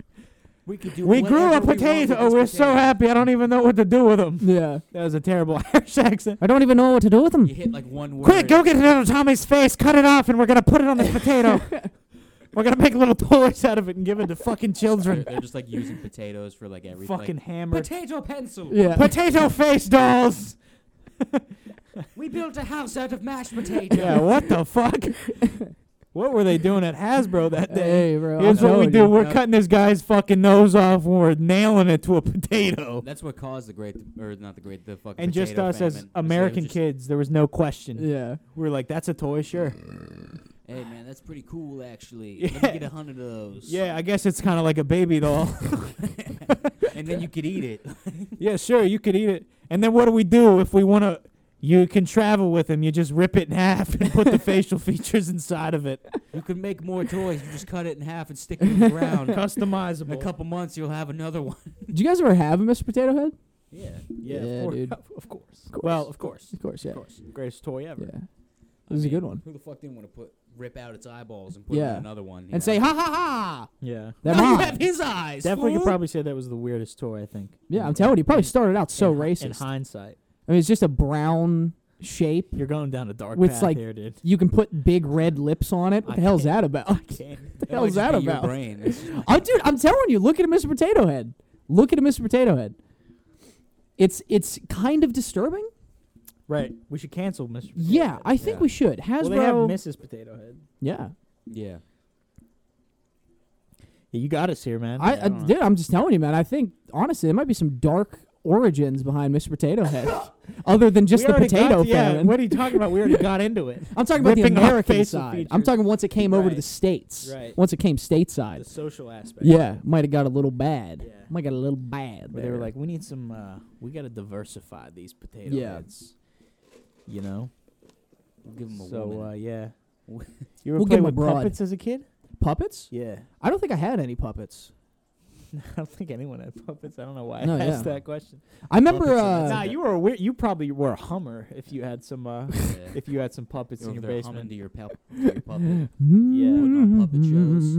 We could do. We grew a whatever we want with potato. oh, this We're so potato. happy. I don't even know what to do with them. Yeah. That was a terrible Irish accent. I don't even know what to do with them. You hit like one word. Quick, go get it out of Tommy's face. Cut it off, and we're gonna put it on this potato. we're gonna make little toys out of it and give it to fucking They're, children. they're just like using potatoes for like everything. fucking like, hammered. potato pencil. Yeah. potato face dolls. We built a house out of mashed potatoes. yeah, what the fuck? what were they doing at Hasbro that day? Hey, bro. I'm Here's what we telling do. you. We're Yeah. cutting this guy's fucking nose off and we're nailing it to a potato. That's what caused the great, or not the great, the fucking. And just potato us famine. as It's like, it was American just, kids, there was no question. Yeah. We were like, that's a toy, sure. Hey man, that's pretty cool actually. Let Yeah. me get a hundred of those. Yeah, I guess it's kind of like a baby doll. and then you could eat it. yeah, sure, you could eat it. And then what do we do if we want to? You can travel with him. You just rip it in half and put the facial features inside of it. You could make more toys. You just cut it in half and stick it in the ground. In Customizable. a couple months, you'll have another one. Did you guys ever have a Mr. Potato Head? Yeah, yeah, Yeah, of course. dude. Of course. Of course. Well, of course. Of course, yeah. Of course. Greatest toy ever. Yeah. It was a good one. Who the fuck didn't want to put rip out its eyeballs and put it in Yeah. another one you know? And say, ha ha ha! Yeah. They're Now you mine. have his eyes. Definitely fool. could probably say that was the weirdest toy, I think. Yeah, I'm telling you, he probably started out so in, hi- In racist. I hindsight, mean, it's just a brown shape. you're going down a dark With, path like- here, dude. You can put big red lips on it. What I the hell's can't- that about? That hell might is just that be your about? brain. It's just- Oh, dude, I'm telling you, look at a Mr. Potato Head. Look at a Mr. Potato Head. It's it's kind of disturbing. Right. We should cancel Mr. Potato Yeah, Head. I think Yeah. we should. well, Hasbro. they have Mrs. Potato Head. yeah, yeah. Yeah, you got us here, man. I, uh, I don't know. dude, I'm just telling you, man. I think honestly, there might be some dark origins behind Mr. Potato Head, other than just We the already got potato to- yeah, famine. What are you talking about? We already got into it. I'm talking about the ripping off American facial side. I'm features. talking once it came over to the Right. states. Right. Once it came The stateside. social aspect. Yeah, might have got a little bad. Yeah. Might got a little bad. Where they were there. like, we need some. Uh, we got to diversify these potato Yeah. heads. You know. We'll give him a So woman. uh, yeah. We'll You ever give played 'em a with broad. puppets as a kid? puppets. Yeah. I don't think I had any puppets. I don't think anyone had puppets. I don't know why No, I asked yeah. that question. I remember. Puppets and Uh, that's nah, you were a weird. You probably were a Hummer if you had some. Uh, yeah. if you had some puppets You're in over your there humming basement. to your, pal- to your puppet. Yeah, Putting on puppet shows.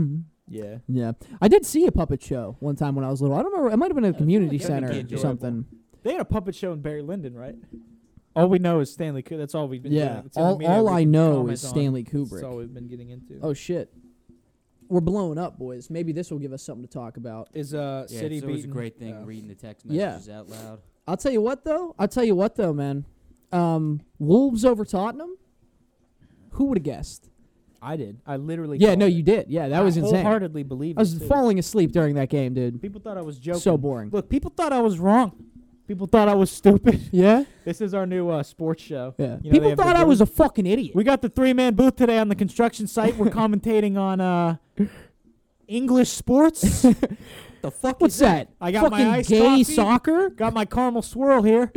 Yeah. Mm-hmm. Yeah, I did see a puppet show one time when I was little. I don't remember. It might have been at a community like that'd be center or enjoyable. something. They had a puppet show in Barry Lyndon, right? All we know is Stanley Kubrick. That's all we've been. Yeah, doing. It's the only all, media all we I can know comment is on. Stanley That's all Kubrick. we've been getting into. Oh shit, we're blowing up, boys. Maybe this will give us something to talk about. Is uh Yeah, City it's always a beaten? great thing uh, Oh. reading the text Yeah. messages out loud. I'll tell you what, though. I'll tell you what, though, man. Um, Wolves over Tottenham. Who would have guessed? I did. I literally. yeah, called no, it. you did. Yeah, that was I insane. I Wholeheartedly believe. was it, too. falling asleep during that game, dude. People thought I was joking. So boring. Look, people thought I was wrong. People thought I was stupid. Yeah, this is our new uh, sports show. yeah. You know, they People have the thought I booth. was a fucking idiot. We got the three man booth today on the construction site. We're commentating on uh, English sports. the fuck What's is that? I got fucking my iced gay coffee. soccer. Got my caramel swirl here.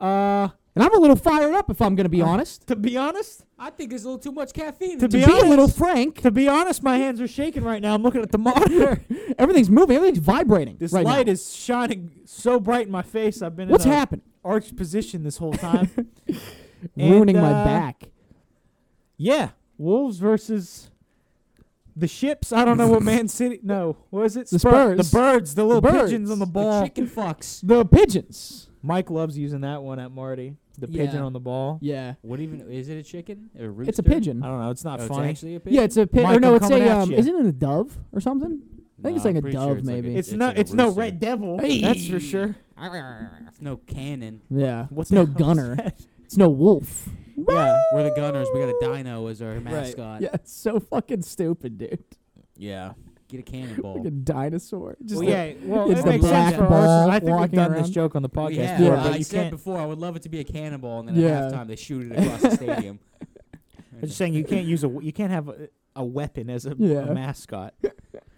Uh, And I'm a little fired up, if I'm going to be honest. to be honest, I think there's a little too much caffeine. Uh, to To be, be, a honest, little frank, to be honest, my hands are shaking right now. I'm looking at the monitor. everything's moving, everything's vibrating. This right now. light is shining so bright in my face. I've been What's in a happening? arched position this whole time. And, Ruining my uh, back. Yeah, Wolves versus the ships. I don't know what Man City. No, what is it? The Spur- Spurs. The birds. The little birds. pigeons on the The ball. chicken fucks. The pigeons. Mike loves using that one at Marty. The Yeah. pigeon on the ball. Yeah, What even is it? A chicken? A rooster? it's a pigeon. I don't know. It's not Oh, it's funny. It's, actually a pigeon. Yeah, it's a pigeon. Or Mike, no, I'm it's coming a. at Um, ya. isn't it a dove or something? I think it's like Nah, I'm a pretty dove, sure it's like a- maybe. It's no. like a It's no rooster. red devil. Hey. That's for sure. It's no cannon. Yeah, What it's the no hell is gunner. that? It's no wolf. Yeah. We're the Gunners. We got a dino as our mascot. Yeah, it's so fucking stupid, dude. Yeah. Get a Like a cannonball. dinosaur. Just Well, like- yeah. Well, it's it the makes black sense for ball us. I think we've walking done this around. joke on the podcast We have. yeah, before, uh, but I you said can't. before I would love it to be a cannonball, and then Yeah. at halftime they shoot it across the stadium. I'm just saying you can't use a. You can't have a, a weapon as a, Yeah. a mascot.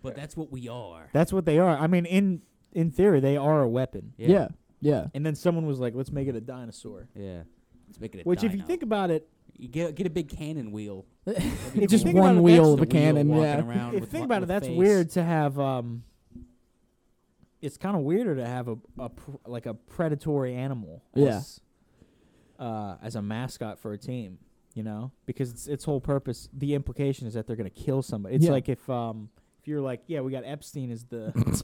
But that's what we are. That's what they are. I mean, in in theory, they are a weapon. yeah, yeah. And then someone was like, "Let's make it a dinosaur." Yeah. Let's make it a Which, if you dino. think about it, You get get a big cannon wheel. That'd be If you Just think cool. about one it, wheel that's of Just a a wheel cannon. walking Yeah. around if you with think lo- about it, with that's face. weird to have. Um, it's kind of weirder to have a, a pr- like a predatory animal. Yeah. As, uh, as a mascot for a team, you know, because its its whole purpose, the implication is that they're gonna kill somebody. It's Yeah. like if um, if you're like, yeah, we got Epstein as the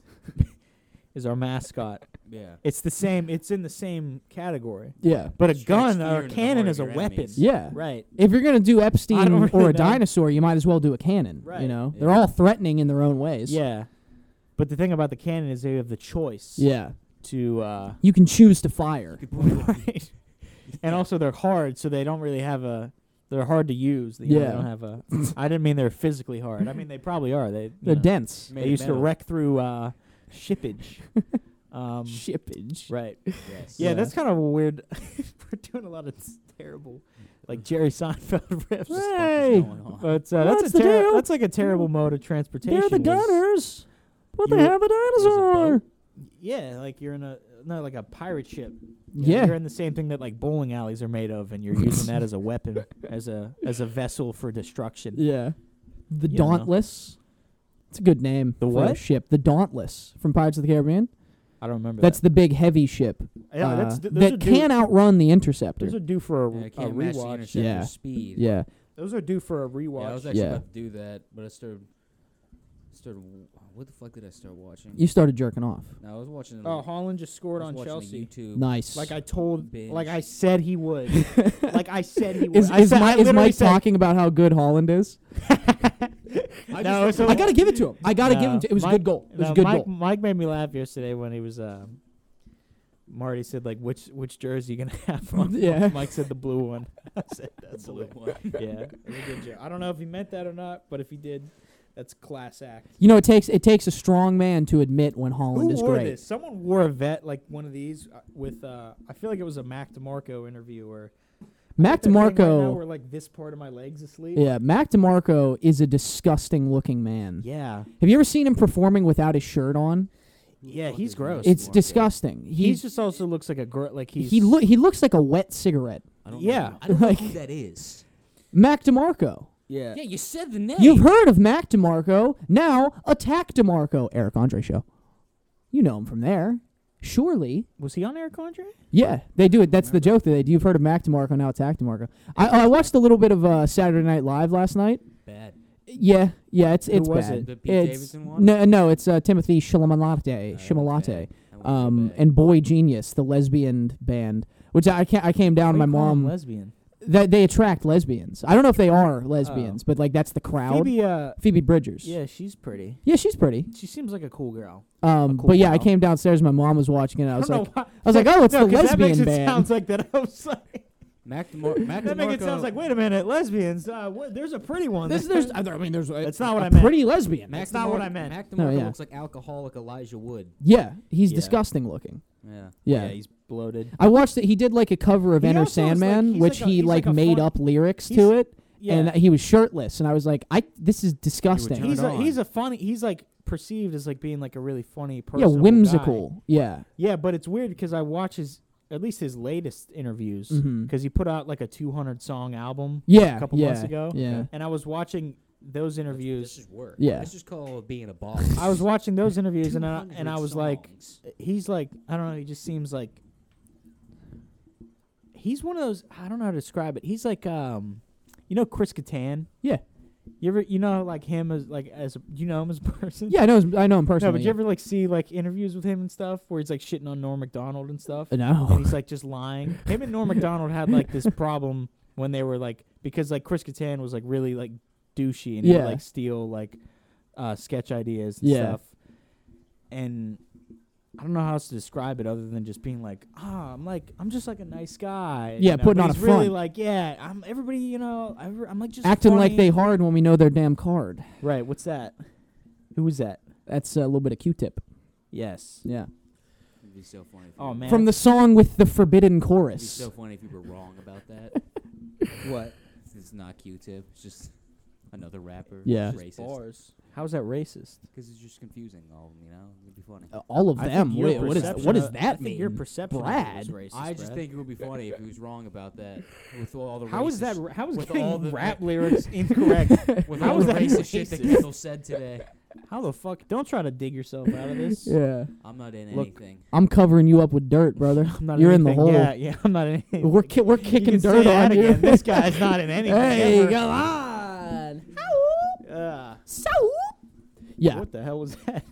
is our mascot. Yeah. It's the same. It's in the same category. Yeah. But a Strikes gun fear or a into the cannon heart of is a your weapon. enemies. Yeah. Right. If you're gonna do Epstein really or know. a dinosaur, you might as well do a cannon. Right. You know, they're Yeah. all threatening in their own ways. Yeah. But the thing about the cannon is they have the choice. Yeah. To. Uh, You can choose to fire. You could point it- right. And also they're hard, so they don't really have a. They're hard to use. You Know, Yeah. they don't have a. I didn't mean they're physically hard. I mean they probably are. They. you They're know, dense. made They used to metal. wreck through uh, shippage. um, Shippage. right. Yes. Yeah, Yeah. that's kind of a weird. we're doing a lot of s- terrible, like Jerry Seinfeld riffs. Hey, going on? But uh, What's that's a the terri- deal? that's like a terrible mode of transportation. they're the is- gunners, but you they were- have a dinosaur. Yeah, like you're in a not like a pirate ship. Yeah. you're in the same thing that like bowling alleys are made of, and you're using that as a weapon, as a as a vessel for destruction. Yeah. The You know. Dauntless. It's a good name. The for what? a ship. The Dauntless from Pirates of the Caribbean. I don't remember. That's the big heavy ship that. yeah, that's uh, th- those are that due- can outrun the Interceptor. Those are due for a, Yeah, I a can't match the rewatch. interceptor Yeah. speed. yeah. Those are due for a Yeah, I was rewatch. actually Yeah. about to do that, but I started. Started. w- What the fuck did I start watching? You started jerking off. no, I was watching. it Oh, on- Holland just I scored was on watching a Chelsea. YouTube. Nice. Like I told, Binge. like I said he would. like I said he would. is I is, said, I Mike, is literally Mike said- talking about how good Holland is? No, I just so- don't I gotta give it to him. I gotta give No, him. To, it was Mike- a good goal. It was no, a good Mike, goal. Mike made me laugh yesterday when he was. Um, Marty said, "Like which which jersey you gonna have on?" Yeah. Mike said the blue one. I said that's blue hilarious. one. Yeah, that's a good joke. I don't know if he meant that or not, but if he did, that's class act. You know, it takes it takes a strong man to admit when Holland Who is wore great. this? Someone wore a vet like one of these uh, with. Uh, I feel like it was a Mac DeMarco interview or Mac That thing right now DeMarco. where like this part of my legs asleep. yeah, Mac DeMarco is a disgusting looking man. Yeah. Have you ever seen him performing without his shirt on? Yeah, Fuck he's is gross. Mac It's DeMarco? disgusting. He He's, just also looks like a gr- like he's he look he looks like a wet cigarette. I don't Yeah, Know, who- I don't like- know who that is. Mac DeMarco. Yeah. you said the name. You've heard of Mac DeMarco. Now attack DeMarco. Eric Andre show. You know him from there. Surely. was he on Eric Andre? Yeah, they do it. That's the joke that they do. You've heard of Mac DeMarco, now attack DeMarco. I, oh, I watched a little bit of uh, Saturday Night Live last night. Bad. Yeah, yeah, it's Who it's was bad. it? The Pete it's, Davidson one? No, no, it's uh, Timothy Shimalate, Oh, Shimalate, okay. That one's um, bad. and Boy Genius, the lesbian band, which I can I came down. My mom lesbian. that they attract lesbians. I don't know if they are lesbians, but like that's the crowd. Phoebe, Phoebe, uh, Bridgers. yeah, she's pretty. Yeah, she's pretty. She seems like a cool girl. Um, cool but yeah, I gal. came downstairs. My mom was watching it. I was don't like, know why. was like, oh, it's no, the 'cause that makes lesbian it band. Sounds like that. I was like, Mac DeMar- Mac that makes it DeMarco- sounds like wait a minute, lesbians. Uh, what, there's a pretty one. this, there's, I mean, there's a, That's not what a I meant. pretty lesbian. Mac That's not what DeMar- I meant. Mac DeMarco No, yeah. looks like alcoholic Elijah Wood. Yeah, he's Yeah. disgusting looking. Yeah. Yeah. he's bloated. I watched it. He did like a cover of He Enter also is, like- Sandman, he's which like a- he he's like, like a made fun- up lyrics he's- to it, Yeah, and he was shirtless, and I was like, I this is disgusting. turn he's it a, on. he's a funny. He's like perceived as like being like a really funny person. yeah, whimsical. Yeah, Yeah, but it's weird because I watch his at least his latest interviews because Mhm. he put out like a 200 song album. yeah, a couple yeah, months ago. Yeah, And I was watching those This interviews. is work. Yeah. Let's just call it being a boss. I was watching those interviews, and I 200 and I was like, songs. he's like, I don't know. He just seems like he's one of those. I don't know how to describe it. He's like, um, you know, Chris Kattan. Yeah. You ever, you know, like him as like as a, you know him as a person. yeah. I know. his- I know him No, personally. but you ever like see like interviews with him and stuff where he's like shitting on Norm Macdonald and stuff. Uh, and no. he's like just lying. Him and Norm Macdonald had like this problem when they were like because like Chris Kattan was like really like douchey and he would, Yeah. like steal like uh, sketch ideas and Yeah. stuff. And I don't know how else to describe it other than just being like, ah, I'm like I'm just like a nice guy. Yeah, you know? putting But on a he's really front. like yeah, I'm everybody. You know, I, re- I'm like just Acting like they funny." hard when we know their damn card. right. What's that? Who was that? That's a little bit of Q-tip. Yes. Yeah, It'd be so funny. if you Oh were- man. from the song with the forbidden It'd be chorus. so funny if you were wrong about that. what? it's not Q-Tip. It's just another rapper. Yeah. It's Just racist. bars. How's that racist? Because it's just confusing all of them. You know, it'd be funny. Uh, all of I think them. your Wait, what is perception what does of- I that think mean? Your perception of it Brad? was racist, I just Brad. think it would be funny if he was wrong about that with all the. How is that? racist- How is with getting all the- rap lyrics incorrect? With How all is the that racist, shit that racist? Kendall said today, how the fuck? Don't try to dig yourself out of this. yeah, I'm not in Look, anything. I'm covering you up with dirt, brother. I'm not You're in in the anything. hole. Yeah, yeah. I'm not in anything. We're ki- we're You can kicking say dirt that on you. again. This guy's not in anything. Hey, ever. come on. Ah. So, Yeah. What the hell was that?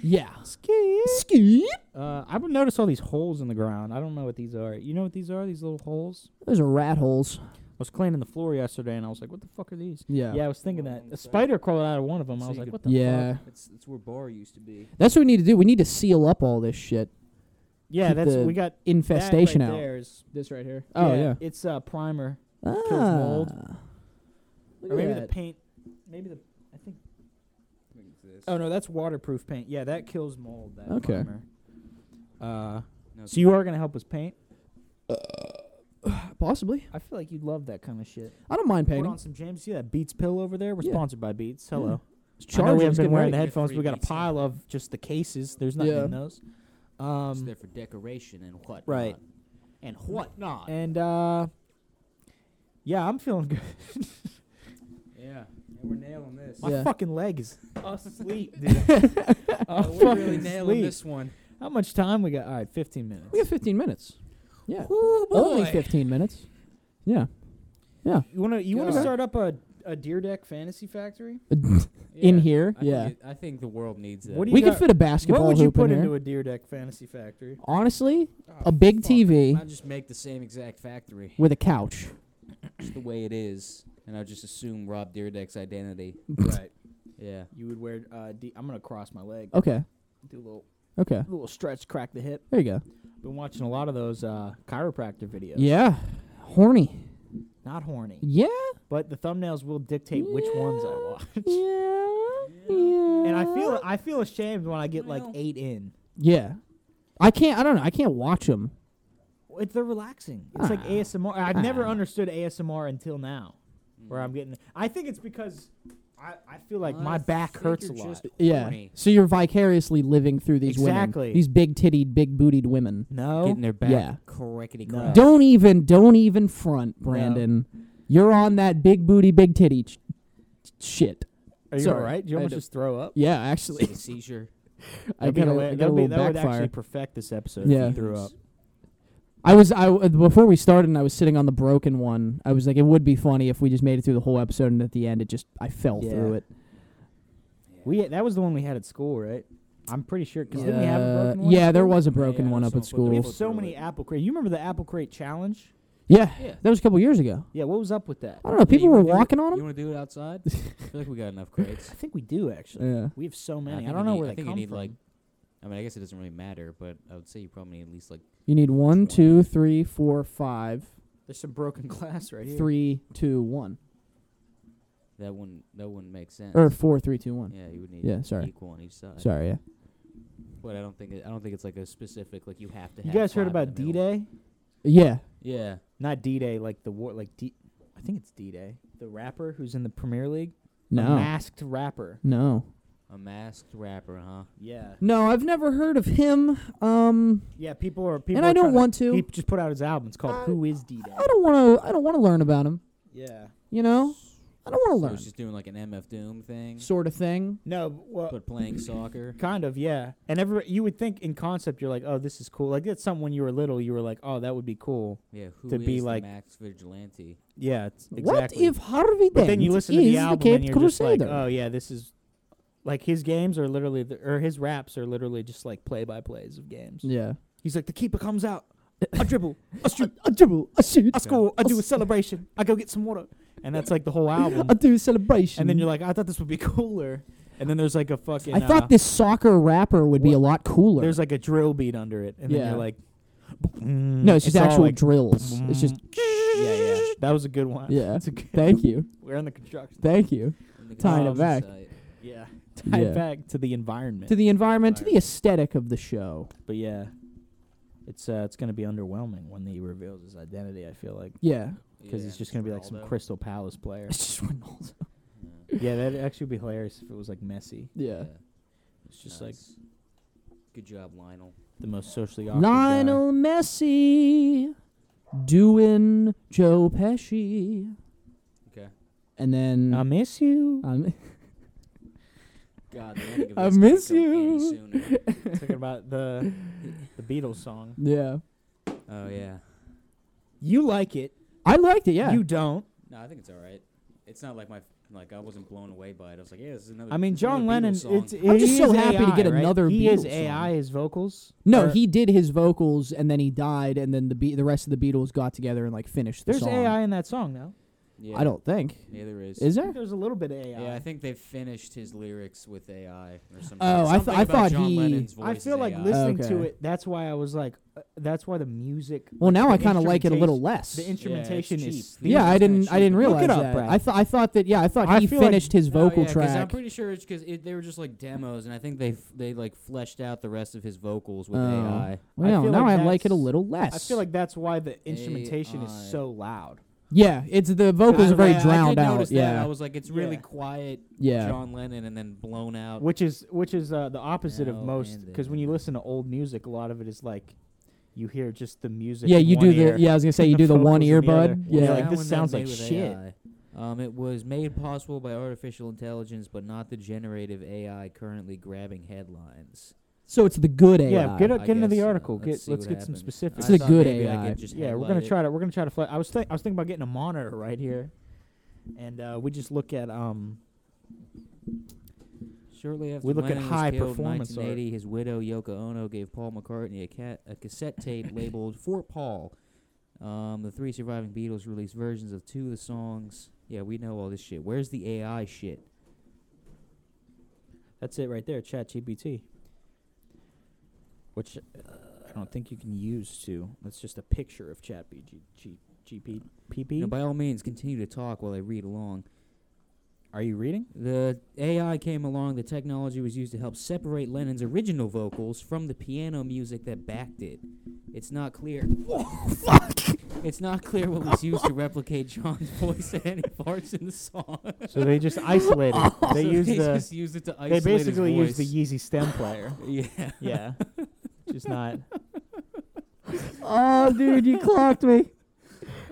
Yeah. Ski. Ski. Uh, I would notice all these holes in the ground. I don't know what these are. You know what these are? These little holes. Those are rat holes. I was cleaning the floor yesterday, and I was like, "What the fuck are these?" Yeah. Yeah, I was thinking Well, that on a the spider crawled out of one of them. I So was you like, could- "What the Yeah. fuck?" That's that's where bar used to be. That's what we need to do. We need to seal up all this shit. Yeah, Keep that's the we got Infestation that right out. There is, This right here. Oh yeah. it's uh, primer Ah. Kills mold. Look or at maybe the that. paint. Maybe the I think. Look at this. Oh no, that's waterproof paint. Yeah, that kills mold. That Okay. primer. Uh, No, so you are gonna help us paint? Possibly. I feel like you'd love that kind of shit. I don't mind Put painting. on some James. See that Beats pill over there? We're Yeah. sponsored by Beats. Hello. It's I know we charging, haven't it's been getting wearing right. the Get headphones. We got a freebies, yeah. pile of just the cases. There's nothing Yeah. in those. it's Um, there for decoration and what. right. And what not. and uh, yeah, I'm feeling good. Yeah. And we're nailing this. My Yeah. fucking leg is asleep, dude. I'm Oh, we're really fucking nailing asleep. this one. How much time we got? All right, 15 minutes. We have 15 minutes. Yeah. Ooh, Only boy. 15 minutes. Yeah. Yeah. You wanna you wanna Okay. start up a a Deer Deck Fantasy Factory? In Yeah, here. I yeah. Think it, I think the world needs that. What do you we could got- fit a basketball what would you hoop put in into here. a Deer Deck Fantasy Factory? Honestly, Oh, a big fuck. TV I just make the same exact factory, with a couch. just the way it is, and I just assume Rob Dyrdek's identity. right. Yeah. You would wear. Uh, D- I'm gonna cross my leg. Okay. Do a little Okay. little stretch, crack the hip. There you go. Been watching a lot of those uh, chiropractor videos. Yeah. Horny. Not horny. Yeah. But the thumbnails will dictate which ones I watch. Yeah. Yeah. And I feel I feel ashamed when I get like Well. eight in. Yeah. I can't. I don't know. I can't watch them. It's they're relaxing. It's like Ah. ASMR. I've never Ah. Mm. understood ASMR until now, where I'm getting. I think it's because I, I feel like my I back think hurts a you're lot. just Yeah. horny. So you're vicariously living through these Exactly. women. These big tittied, big bootied women. No, Getting their back Yeah. crackety Oh, No. crack. Don't even. Don't even front, Brandon. You're on that big booty, big titty ch- ch- shit. are you sorry. all right? Did you I almost had to- just throw up? Yeah. It's Actually, a seizure. I That'd be got a, hila- I got a that'd be- little that would backfire. actually perfect this episode. Yeah. if you threw up. I was I w- before we started and I was sitting on the broken one. I was like, it would be funny if we just made it through the whole episode and at the end it just I fell Yeah. through it. We that was the one we had at school, right? I'm pretty sure because Uh, didn't we have a broken one? yeah, at there school? was a broken Yeah, one up someone at put their school. We We'll have foot- so through many it. apple crate. You remember the apple crate challenge? Yeah, Yeah. that was a couple years ago. Yeah, what was up with that? I don't know. People you were wanna do it? walking on You them. want to do it outside? I feel like we got enough crates. I think we do actually. Yeah. We have so I many. I, think don't you know need- where I they think you come need, from. like, I mean, I guess it doesn't really matter, but I would say you probably need at least like You need one, one. two, three, four, five, There's some broken glass right here. three, two, one, that one. That wouldn't make sense. or four, three, two, one. yeah, you would need Yeah, sorry. equal on each side. Sorry. Yeah. But I don't think it, I don't think it's like a specific like you have to. You have guys heard five in about the D middle. Day? Yeah. Yeah. Not D Day, like the war, like D. I think it's D Day. The rapper who's in the Premier League. A No. masked rapper. No. A masked rapper, huh? Yeah. No, I've never heard of him. Um, Yeah. People are. People and are I don't trying want To, to. he just put out his album. It's called I- Who Is D Day? I don't want to. I don't want to learn about him. Yeah. You know, I don't want to So it learn. was just doing like an MF Doom Mm. thing, sort of thing. No. b- Well. but playing soccer. Kind of, yeah. And every you would think in concept you're like, oh, this is cool. Like that's something when you were little, you were like, oh, that would be cool. Yeah, who To be is the like- Max Vigilante? Yeah, it's What exactly. if Harvey But Dent then you listen is to the album Caped and you're Crusader? just like, oh yeah, this is like his games are literally the, or his raps are literally just like play by plays of games. yeah. He's like the keeper comes out, I dribble, I shoot, A dribble, a shoot, I score, I do a celebration, I go get some water, and that's like the whole album. I do a celebration. And then you're like, I thought this would be cooler, and then there's like a fucking. I uh, thought this soccer rapper would be a lot cooler. there's like a drill beat under it, and then Yeah. you're like, no, it's just all actual like- drills. It's just yeah, yeah. That was a good one. Yeah. That's a good. thank you, We're on the construction. thank you in the Tying it construction back. site? Yeah. Tie Yeah. it back to the environment. to the environment, to the aesthetic of the show. But yeah, it's uh, it's gonna be underwhelming when he reveals his identity. I feel like Yeah, because Yeah, it's just gonna be like some Ronaldo. Crystal Palace player. it's just Ronaldo. Yeah. yeah, that'd actually be hilarious if it was like Messi, Yeah, It's just like- Nice. Good job, Lionel. the most socially awkward. Lionel Messi doing Joe Pesci, Okay. and guy. then I miss you. um, God, the ending of I this can't miss come any you. sooner. Talking about the the Beatles song. yeah, oh yeah. You like it. I liked it. Yeah, You don't. No, I think it's all right. It's not like my. f- Like I wasn't blown away by it. I was like, yeah, this is another. I mean, this is another John Beatles Lennon. It's, song. it I'm just so is happy to AI, get right? another He is Beatles AI. His vocals. No, Or- he did his vocals and then he died, and then the be- the rest of the Beatles got together and like finished the There's song. AI in that song now. yeah, I don't think. Yeah, there is. Is I think there? there's a little bit of AI. Yeah, I think they finished his lyrics with AI or something. Oh, I th- something I about thought John he- Lennon's voice I is feel like AI. listening to Okay. it. That's why I was like, uh, that's why the music. Well, now the I kind of like it a little instrumentation- less. The instrumentation cheap. is. The yeah, I music's kinda didn't. I cheap. didn't Look realize it up, that. Brad. I thought. I thought that. Yeah, I thought I he feel like- finished his Oh, vocal yeah, 'cause I'm track. pretty sure it's because it, they were just like demos, and I think they f- they like fleshed out the rest of his vocals with Oh. AI. Well, feel now like I like it a that's- little less. I feel like that's why the instrumentation AI. is so loud. yeah, it's the vocals By are the very way, I did drowned out. notice Yeah, that. I was like, it's really Yeah. quiet. yeah. John Lennon, and then blown out. which is which is uh, the opposite of Oh. Now most and because when you then. listen to old music, a lot of it is like you hear just the music. yeah, in you one do the. ear. Yeah, I was gonna say you do the vocals one in the other. earbud. Well, Yeah, you're like, That this one's sounds made like with shit. AI. Um, it was made possible by artificial intelligence, but not the generative AI currently grabbing headlines. so it's the good AI. Yeah, get, a, I get into the guess, uh, article. let's get see let's what get some happens. specifics. It's a I thought good maybe I AI. could just yeah, we're gonna headlight it. try to we're gonna try to. Fly. I was think I was thinking about getting a monitor right here, and uh, we just look at um. Shortly after We look at Lennon high was killed performance in art. 1980, his widow Yoko Ono gave Paul McCartney a, cat, a cassette tape labeled "For Paul." Um, the three surviving Beatles released versions of two of the songs. Yeah, we know all this shit. Where's the AI shit? That's it right there. Chat GPT. Which uh, I don't think you can use to. That's just a picture of Chat BG, G, You know, by all means, continue to talk while I read along. Are you reading? The AI came along. The technology was used to help separate Lennon's original vocals from the piano music that backed it. It's not clear. Oh, It's not clear what was used to replicate John's voice at any parts in the song. So they just isolated. Oh, They So use they the. just used it to They isolate basically use his the Yeezy stem player. the yeah. yeah, just not. Oh, dude, you clocked me.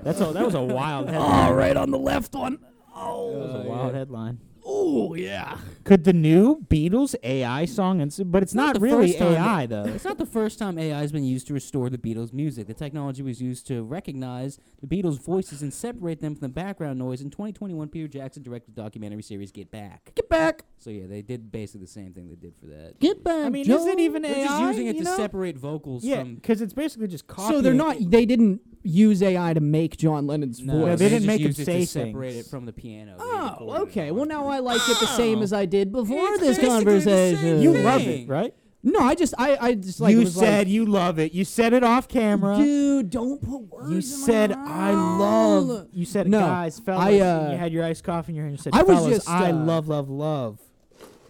That's all. Oh, That was a wild. Headline. right on the left one. That was a Uh, wild yeah. headline. Oh yeah. Could the new Beatles AI song? And, but it's Not not, the really first time AI though. It's not the first time AI has been used to restore the Beatles' music. The technology was used to recognize the Beatles' voices and separate them from the background noise in 2021 Peter Jackson directed the documentary series Get Back. Get back. So yeah, they did basically the same thing they did for that. Get back. I mean, Joe. is it even They're AI? just using it you to know? separate vocals Yeah, from because it's basically just copying. So they're not. They didn't use AI to make John Lennon's No, voice. they didn't just make him used it say to separate things. it from the piano. They Oh, recorded it okay. on Well, it. now I like it the same as I did before It's this basically the same conversation. You thing. love it, right? No, I just, I, I just like. it you was said you love it. You said it off like, camera. dude, don't put words. you in said my I mouth." love. You said No, guys, fellas. I, and you uh, had your iced coffee in your hand. You said I was fellas. just, I uh, love, love, love.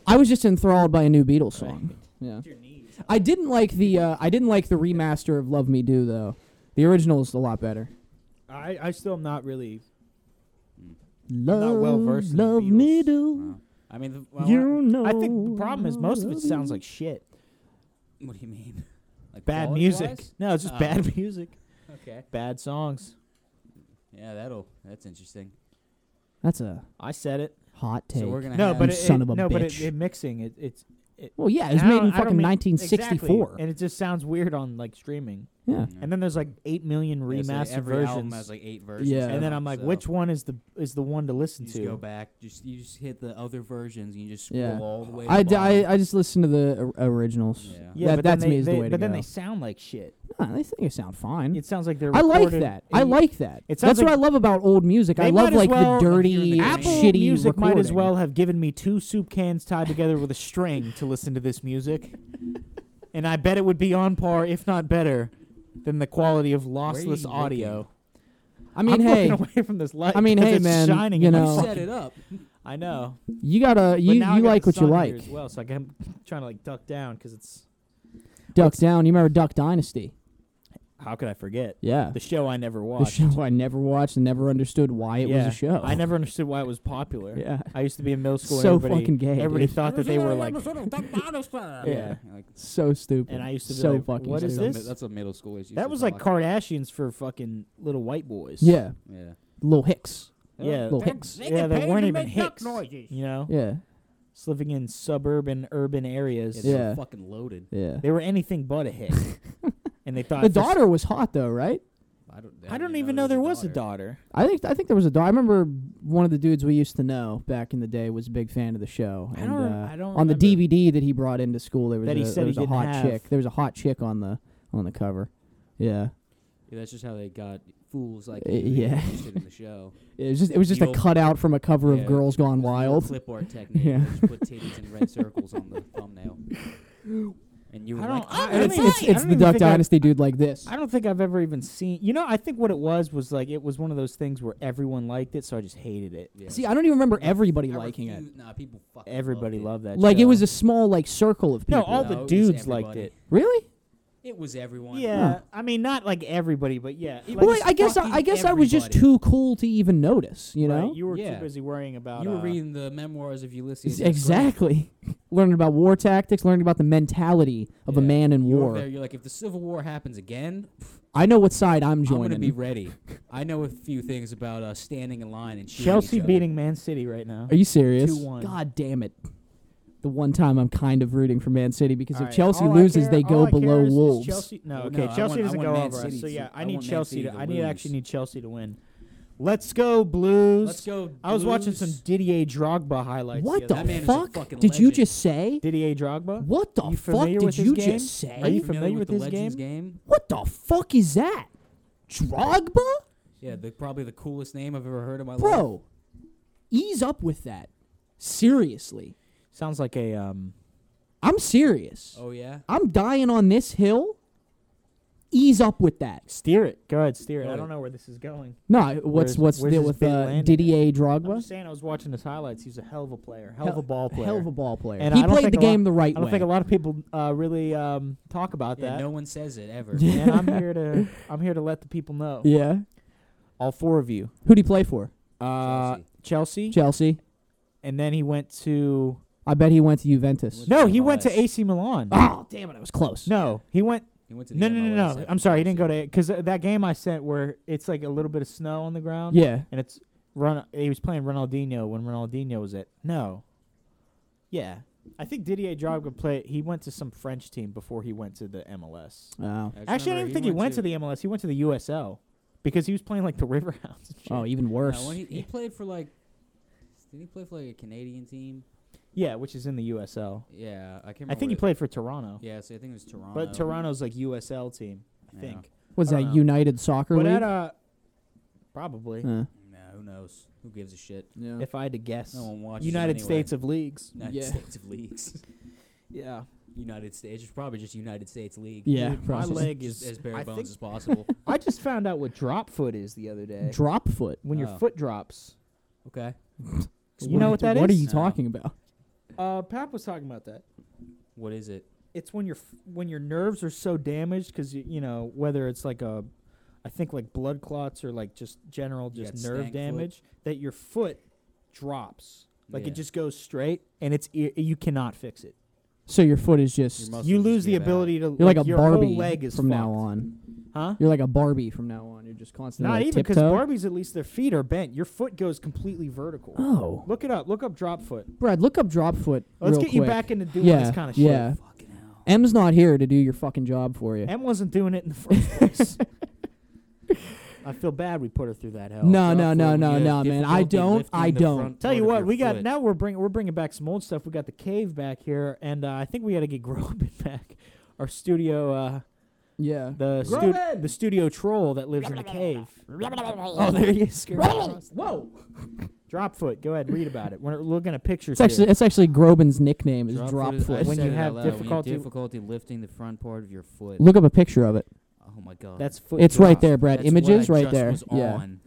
I was just enthralled by a new Beatles song. Yeah. I didn't like the, uh, I didn't like the remaster of "Love Me Do" though. The original is a lot better. I, I still am not really. Love, well-versed in the love me Beatles. do. Wow. I mean, the, well, You know. I think the problem is most of it sounds like shit. what do you mean? Like Bad quality music. wise? No, it's just Oh. bad music. Okay. Bad songs. Yeah, that'll. That's interesting. That's a I said it. hot take. So we're gonna No, have but You it, son it- of a no, but it, bitch. it mixing it. It's well, yeah, it and was I made don't- in I don't fucking mean- 1964. exactly, and it just sounds weird on like streaming. Yeah. Yeah. And then there's like eight million Mm-hmm. Yeah, remastered so every versions. album has like eight versions. Yeah. of and then it, I'm like, so which one is the is the one to listen You just go to? back. Just you just hit the other versions. And you just scroll Yeah. all the way. to I, the d- I, bottom. I just listen to the or- originals. Yeah. Yeah, That- but that's then me they, is the they- way to But then go. they sound like shit. Nah, they think it sound fine. It sounds like they're. I like recorded that. I and- like that. it sounds That's what I like- love about old music. I They love might as like well- the dirty, hearing the Apple shitty Music might as recording. well have given me two soup cans tied together with a string to listen to this music, and I bet it would be on par, if not better, than the quality of lossless you audio. I mean, I'm hey, looking away from this light. I mean, 'cause hey, it's man, shining you in my know. You fucking- set it up. I know. you gotta you but now I you got like the what you sun like. here as well. So like, I'm trying to like duck down because it's Duck Down. You remember Duck Dynasty? how could I forget Yeah, the show I never the watched. show I never watched and never understood why it was Yeah. a show. I never understood why it was popular. Yeah, I used to be in middle school. So and everybody, fucking gay, Everybody dude. thought that they were like, yeah. Yeah. Like, so stupid. and I used to be so like, fucking what that's is a stupid. mi- this? That's a middle school issue. that was like Kardashians for fucking little white boys. Yeah, Yeah. Lil Hicks. Yeah. Lil Hicks. yeah, they weren't even Hicks. You know, Yeah, Just living in suburban, urban areas. It's so Yeah. fucking loaded. yeah. They were anything but a hick, and they thought The for s- daughter was hot though, right? I I don't. I don't even know there was a daughter. I think I think there was a dog. I remember one of the dudes we used to know back in the day was a big fan of the show. I and, don't rem- uh, I don't on the remember. DVD that he brought into school. There was That a, he said there he was a didn't hot have. chick. There was a hot chick on the on the cover. Yeah, Yeah, that's just how they got fools like Uh, you to be yeah. interested in the show. it was just it was just The a old- cutout from a cover Yeah. of Girls Gone Wild. Clip art technique. Yeah. Yeah. Just put titties in red circles on the thumbnail. And you were I like, don't- I- I "I'm And "Ah, it's mean, it's, I it's don't the even Duck think I- Dynasty dude like this. I don't think I've ever even seen. You know, I think what it was was like it was one of those things where everyone liked it, so I just hated it. Yeah. See, I don't even remember everybody I liking it. refuse- Nah, people fucking Everybody loved loved that. Like it show. was a small like circle of people. no, all No, it the was dudes liked everybody. it. really? it. It was everyone. Yeah, I mean, not like everybody, but yeah. Like, well, I, I guess I, fucking I guess I was just everybody. too cool to even notice. You know. right, you were Yeah. too busy worrying about. You were uh, reading the memoirs of Ex- Ulysses. S. Grant. Exactly. learning about war tactics, learning about the mentality of a Yeah. man in You're over war. there. You're like, if the Civil War happens again, I know what side I'm I'm joining. gonna be ready. I know a few things about uh, standing in line and shooting Chelsea each other. beating Man City right now. Are you serious? 2-1. God damn it. The one time I'm kind of rooting for Man City because All if right, Chelsea all I loses, care- they all go I care below is- is Wolves. Chelsea, no, Well, okay, no, I Chelsea want- I doesn't want go Man over City us. So to- yeah, I, I need want Man Chelsea. City To, to I need actually lose. need Chelsea to win. Let's go Blues. Let's go. I was watching some Blues. Didier Drogba highlights. What the, the other That man is a fuck fucking did you legend. just say? Didier Drogba? What the You fuck familiar did with his you game? just say? Are you familiar with the his Legends game? what the fuck is that? Drogba? Yeah, the, probably the coolest name I've ever heard in my life. Bro, ease up with that. Seriously. Sounds like a um. I'm serious. Oh yeah. I'm dying on this hill. Ease up with that. Steer it. Go ahead, steer it. Go I ahead. don't know where this is going. No, I- what's Where's- what's the where's deal his with big uh, landing? Didier I'm Drogba? just saying, I was watching his highlights. He's a hell of a player, hell, of a Hell- ball player. Hell of a ball player. And he I don't played think the a lot- game the right I don't way. think a lot of people uh, really um, talk about Yeah, that. no one says it ever. and I'm here to I'm here to let the people know. yeah. All four of you. Who'd he play for? Uh, Chelsea. Chelsea. and then he went to I bet he went to Juventus. Went no, he went to MLS. AC Milan. Oh, damn it. I was close. No, he went. He went to the No, no, no, MLS no. after I'm sorry, he didn't go Chelsea. to because that game I sent where it's like a little bit of snow on the ground. Yeah. and it's run. He was playing Ronaldinho when Ronaldinho was it. No. Yeah, I think Didier Drogba played. He went to some French team before he went to the MLS. Oh. just Actually, I remember don't even think he went to, the MLS. He went to the USL because he was playing like the Riverhounds. and shit. Oh, even worse. No, when he, he played for like. Did he play for like a Canadian team? yeah, which is in the USL. Yeah, I can't. I Remember think he what played for Toronto, it- Yeah, so I think it was Toronto. but Toronto's like USL team. I Yeah. think. was I that Uh, don't know. United Soccer But League? at uh, probably Uh, No, who knows? Who gives a shit? yeah. if I had to guess, No one watches. United them anyway. States of Leagues. United Yeah. States of leagues. Yeah, United States. It's probably just United States League. Yeah, Dude, my probably. leg Just is as bare I bones think- as possible. I just found out what drop foot is the other day. Drop foot. when your Oh. foot drops. okay. You know what that What are is? you No. talking about? Uh, Pap was talking about that. What is it? It's when your f- when your nerves are so damaged because you, you know whether it's like a, I think like blood clots or like just general You just got nerve stank foot. damage that your foot drops like Yeah. it just goes straight and it's i- you cannot fix it. So your foot is just. Your muscles You just lose the give out. ability to You're like, a your Barbie whole leg is from now fucked. on. huh? You're like a Barbie from now on. You're just constantly Not like, even because tiptoe. Barbies at least their feet are bent. Your foot goes completely vertical. Oh, Look it up. Look up drop foot. Brad, look up drop foot. Let's real get you quick. back into doing yeah, this kind of yeah. shit. Fucking hell. M's not here to do your fucking job for you. Em wasn't doing it in the first place. I feel bad we put her through that hell. no, drop no, foot no, when no, you no, have man. I difficulty don't. lifting I the don't. front Tell you part of what, your we got foot. now we're bringing we're bringing back some old stuff. We got the cave back here, and uh, I think we got to get Groban back. Our studio, uh, Yeah. the stu- Groban! the studio troll that lives in a cave. oh, there he is. Whoa! Drop foot. Go ahead, read about it. We're looking at pictures. It's actually here. it's actually Groban's nickname is drop is- I foot. When said you it have out loud, when difficulty- difficulty lifting the front part of your foot. Look up a picture of it. Oh my god. that's foot. It's drop. right there, Brad. That's what Images I right just there. was Yeah. on.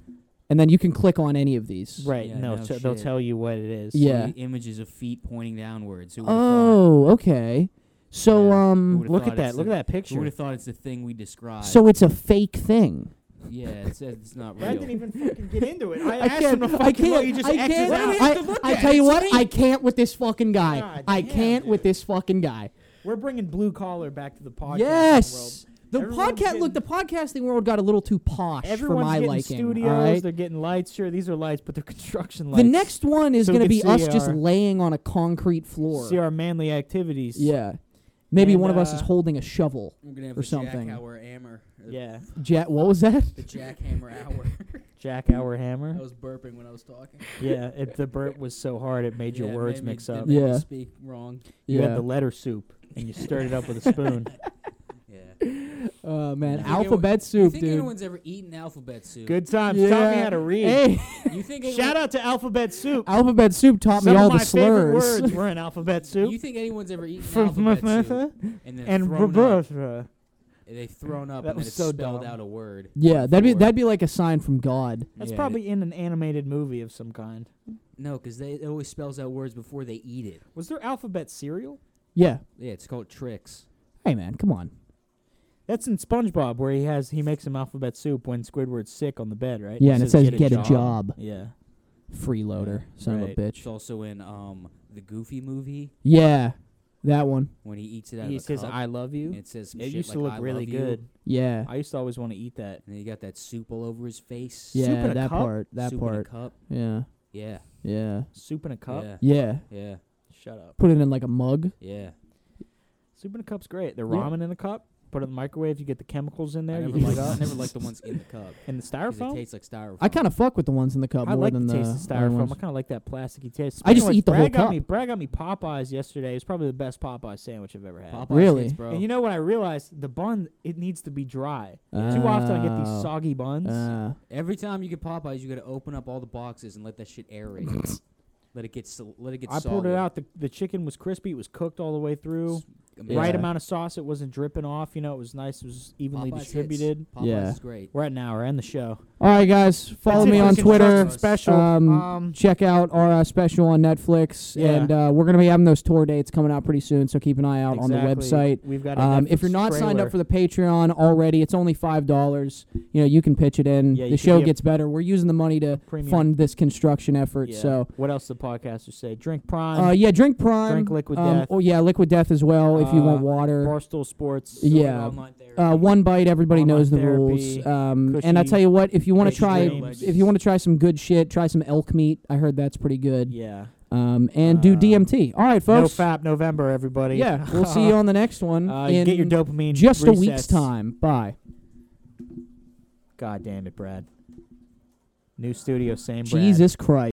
And then you can click on any of these. Right. Yeah, no, no t- they'll shit. tell you what it is. Yeah. See Images of feet pointing downwards. Who would've thought? Oh, okay. So Yeah. Who um, would've Look thought at that. it's Look the- at that Who would picture. have thought it's the thing we described? so it's a fake thing. yeah, it says it's not I didn't real. even fucking get into it. I, I asked can't. him to I fucking look. He can't. just I X's can't. out. I, I tell you what. I can't with this fucking guy. God I damn, can't with dude. this fucking guy. We're bringing blue collar back to the podcast. Yes. The Everyone's podcast getting- look, the podcasting world got a little too posh world. Everyone's for my getting liking. studios. all right? They're getting lights. Sure, these are lights, but they're construction lights. The next one is So we going to can be see us just our- laying on a concrete floor. see our manly activities. yeah. Maybe And, one of us is uh, holding a shovel. We're gonna have Or the something. jackhammer hammer. Yeah. Jet, what was that? The jackhammer hour. Jack Mm-hmm. Hour Hammer. I was burping when I was talking. Yeah. It, the burp was so hard it made your Yeah, it words made me- mix it up. made me Yeah. Speak wrong. You had Yeah. the letter soup and you stirred it up with a spoon. Yeah. Oh man, You think alphabet You soup, think dude. anyone's ever eaten alphabet soup? Good times. uh, Taught me Yeah. how to read. Hey, You think Shout out to Alphabet Soup. alphabet soup taught Some me all of my the slurs. favorite words were in Alphabet anyone, You Soup. think anyone's ever eaten alphabet soup and and then thrown up? Roberta. They've thrown up That and then was it's so spelled dumb. out a word. Yeah, that'd be before. that'd be like a sign from God. That's Yeah, probably in an animated movie of some kind. No, because they it always spells out words before they eat it. Was there alphabet cereal? Yeah. Yeah, it's called tricks. Hey man, come on. That's in SpongeBob where he has he makes him alphabet soup when Squidward's sick on the bed, right? Yeah, and it says get a job, Yeah. freeloader, son Right. of a It's bitch. also in um the Goofy movie Yeah, that one. when he eats it out He of a says cup. I love you. and it says some it shit used like, to look "I really love you," good. Yeah, I used to always want to eat that. And then you got that soup all over his face. Soup yeah, in a that cup? part, that soup In a part. cup. Yeah, Yeah. yeah, Soup in a cup. Yeah. yeah. Yeah. Shut up. Put it in like a mug. Yeah. Soup in a cup's great. The Yeah. ramen in a cup. Put it in the microwave. You get the chemicals in I there. You never heat liked, it I up. never liked the ones in the cup. And the 'cause It styrofoam. tastes like styrofoam. I kind of fuck with the ones in the cup I more like than the taste of other styrofoam. I ones. kind of like that plasticky taste. I Speaking just of which, eat the whole Brad Got cup. me, Brad got me Popeyes yesterday. It's probably the best Popeye sandwich I've ever had. Popeye's Really? hits, bro. And you know what I realized? The bun it needs to be dry. Too often I get these Oh. soggy buns. Uh, Every time you get Popeyes, you got to open up all the boxes and let that shit aerate. let it get sol- let it get. I solid. pulled it out. The, the chicken was crispy. It was cooked all the way through. S- amazing. Right Yeah. amount of sauce. It wasn't dripping off. You know, it was nice. It was evenly Popeyes hits. distributed. Popeyes Yeah. is great. We're at an hour. End the show. all right, guys, follow That's me it for on the construction Twitter. Constructs. Special. Um, um, Check out our uh, special on Netflix, Yeah. and uh, we're gonna be having those tour dates coming out pretty soon. So keep an eye out on the Exactly. website. We've got. a Um, if Netflix you're not signed trailer. up for the Patreon already, it's only five dollars. You know, you can pitch it in. Yeah, you can the show be a- gets better. We're using the money to Premium. fund this construction effort. Yeah. So, what else the podcasters say? Drink prime. uh, yeah, drink Prime. Drink Liquid um, Death. Oh yeah, Liquid Death as well. if you Uh, want water, Barstool Sports. Yeah. uh, one bite. Everybody Online knows the therapy, rules. Um, and I cushy, tell you what, if you want to cushy try, dreams. if you want to try some good shit, try some elk meat. I heard that's pretty good. Yeah. Um, and do Uh, DMT. All right, folks. No fap November, everybody. yeah, we'll see you on the next one Uh, Mm-hmm. in get your dopamine. just a week's resets. time. Bye. God damn it, Brad. New studio, same Brad. Jesus Christ.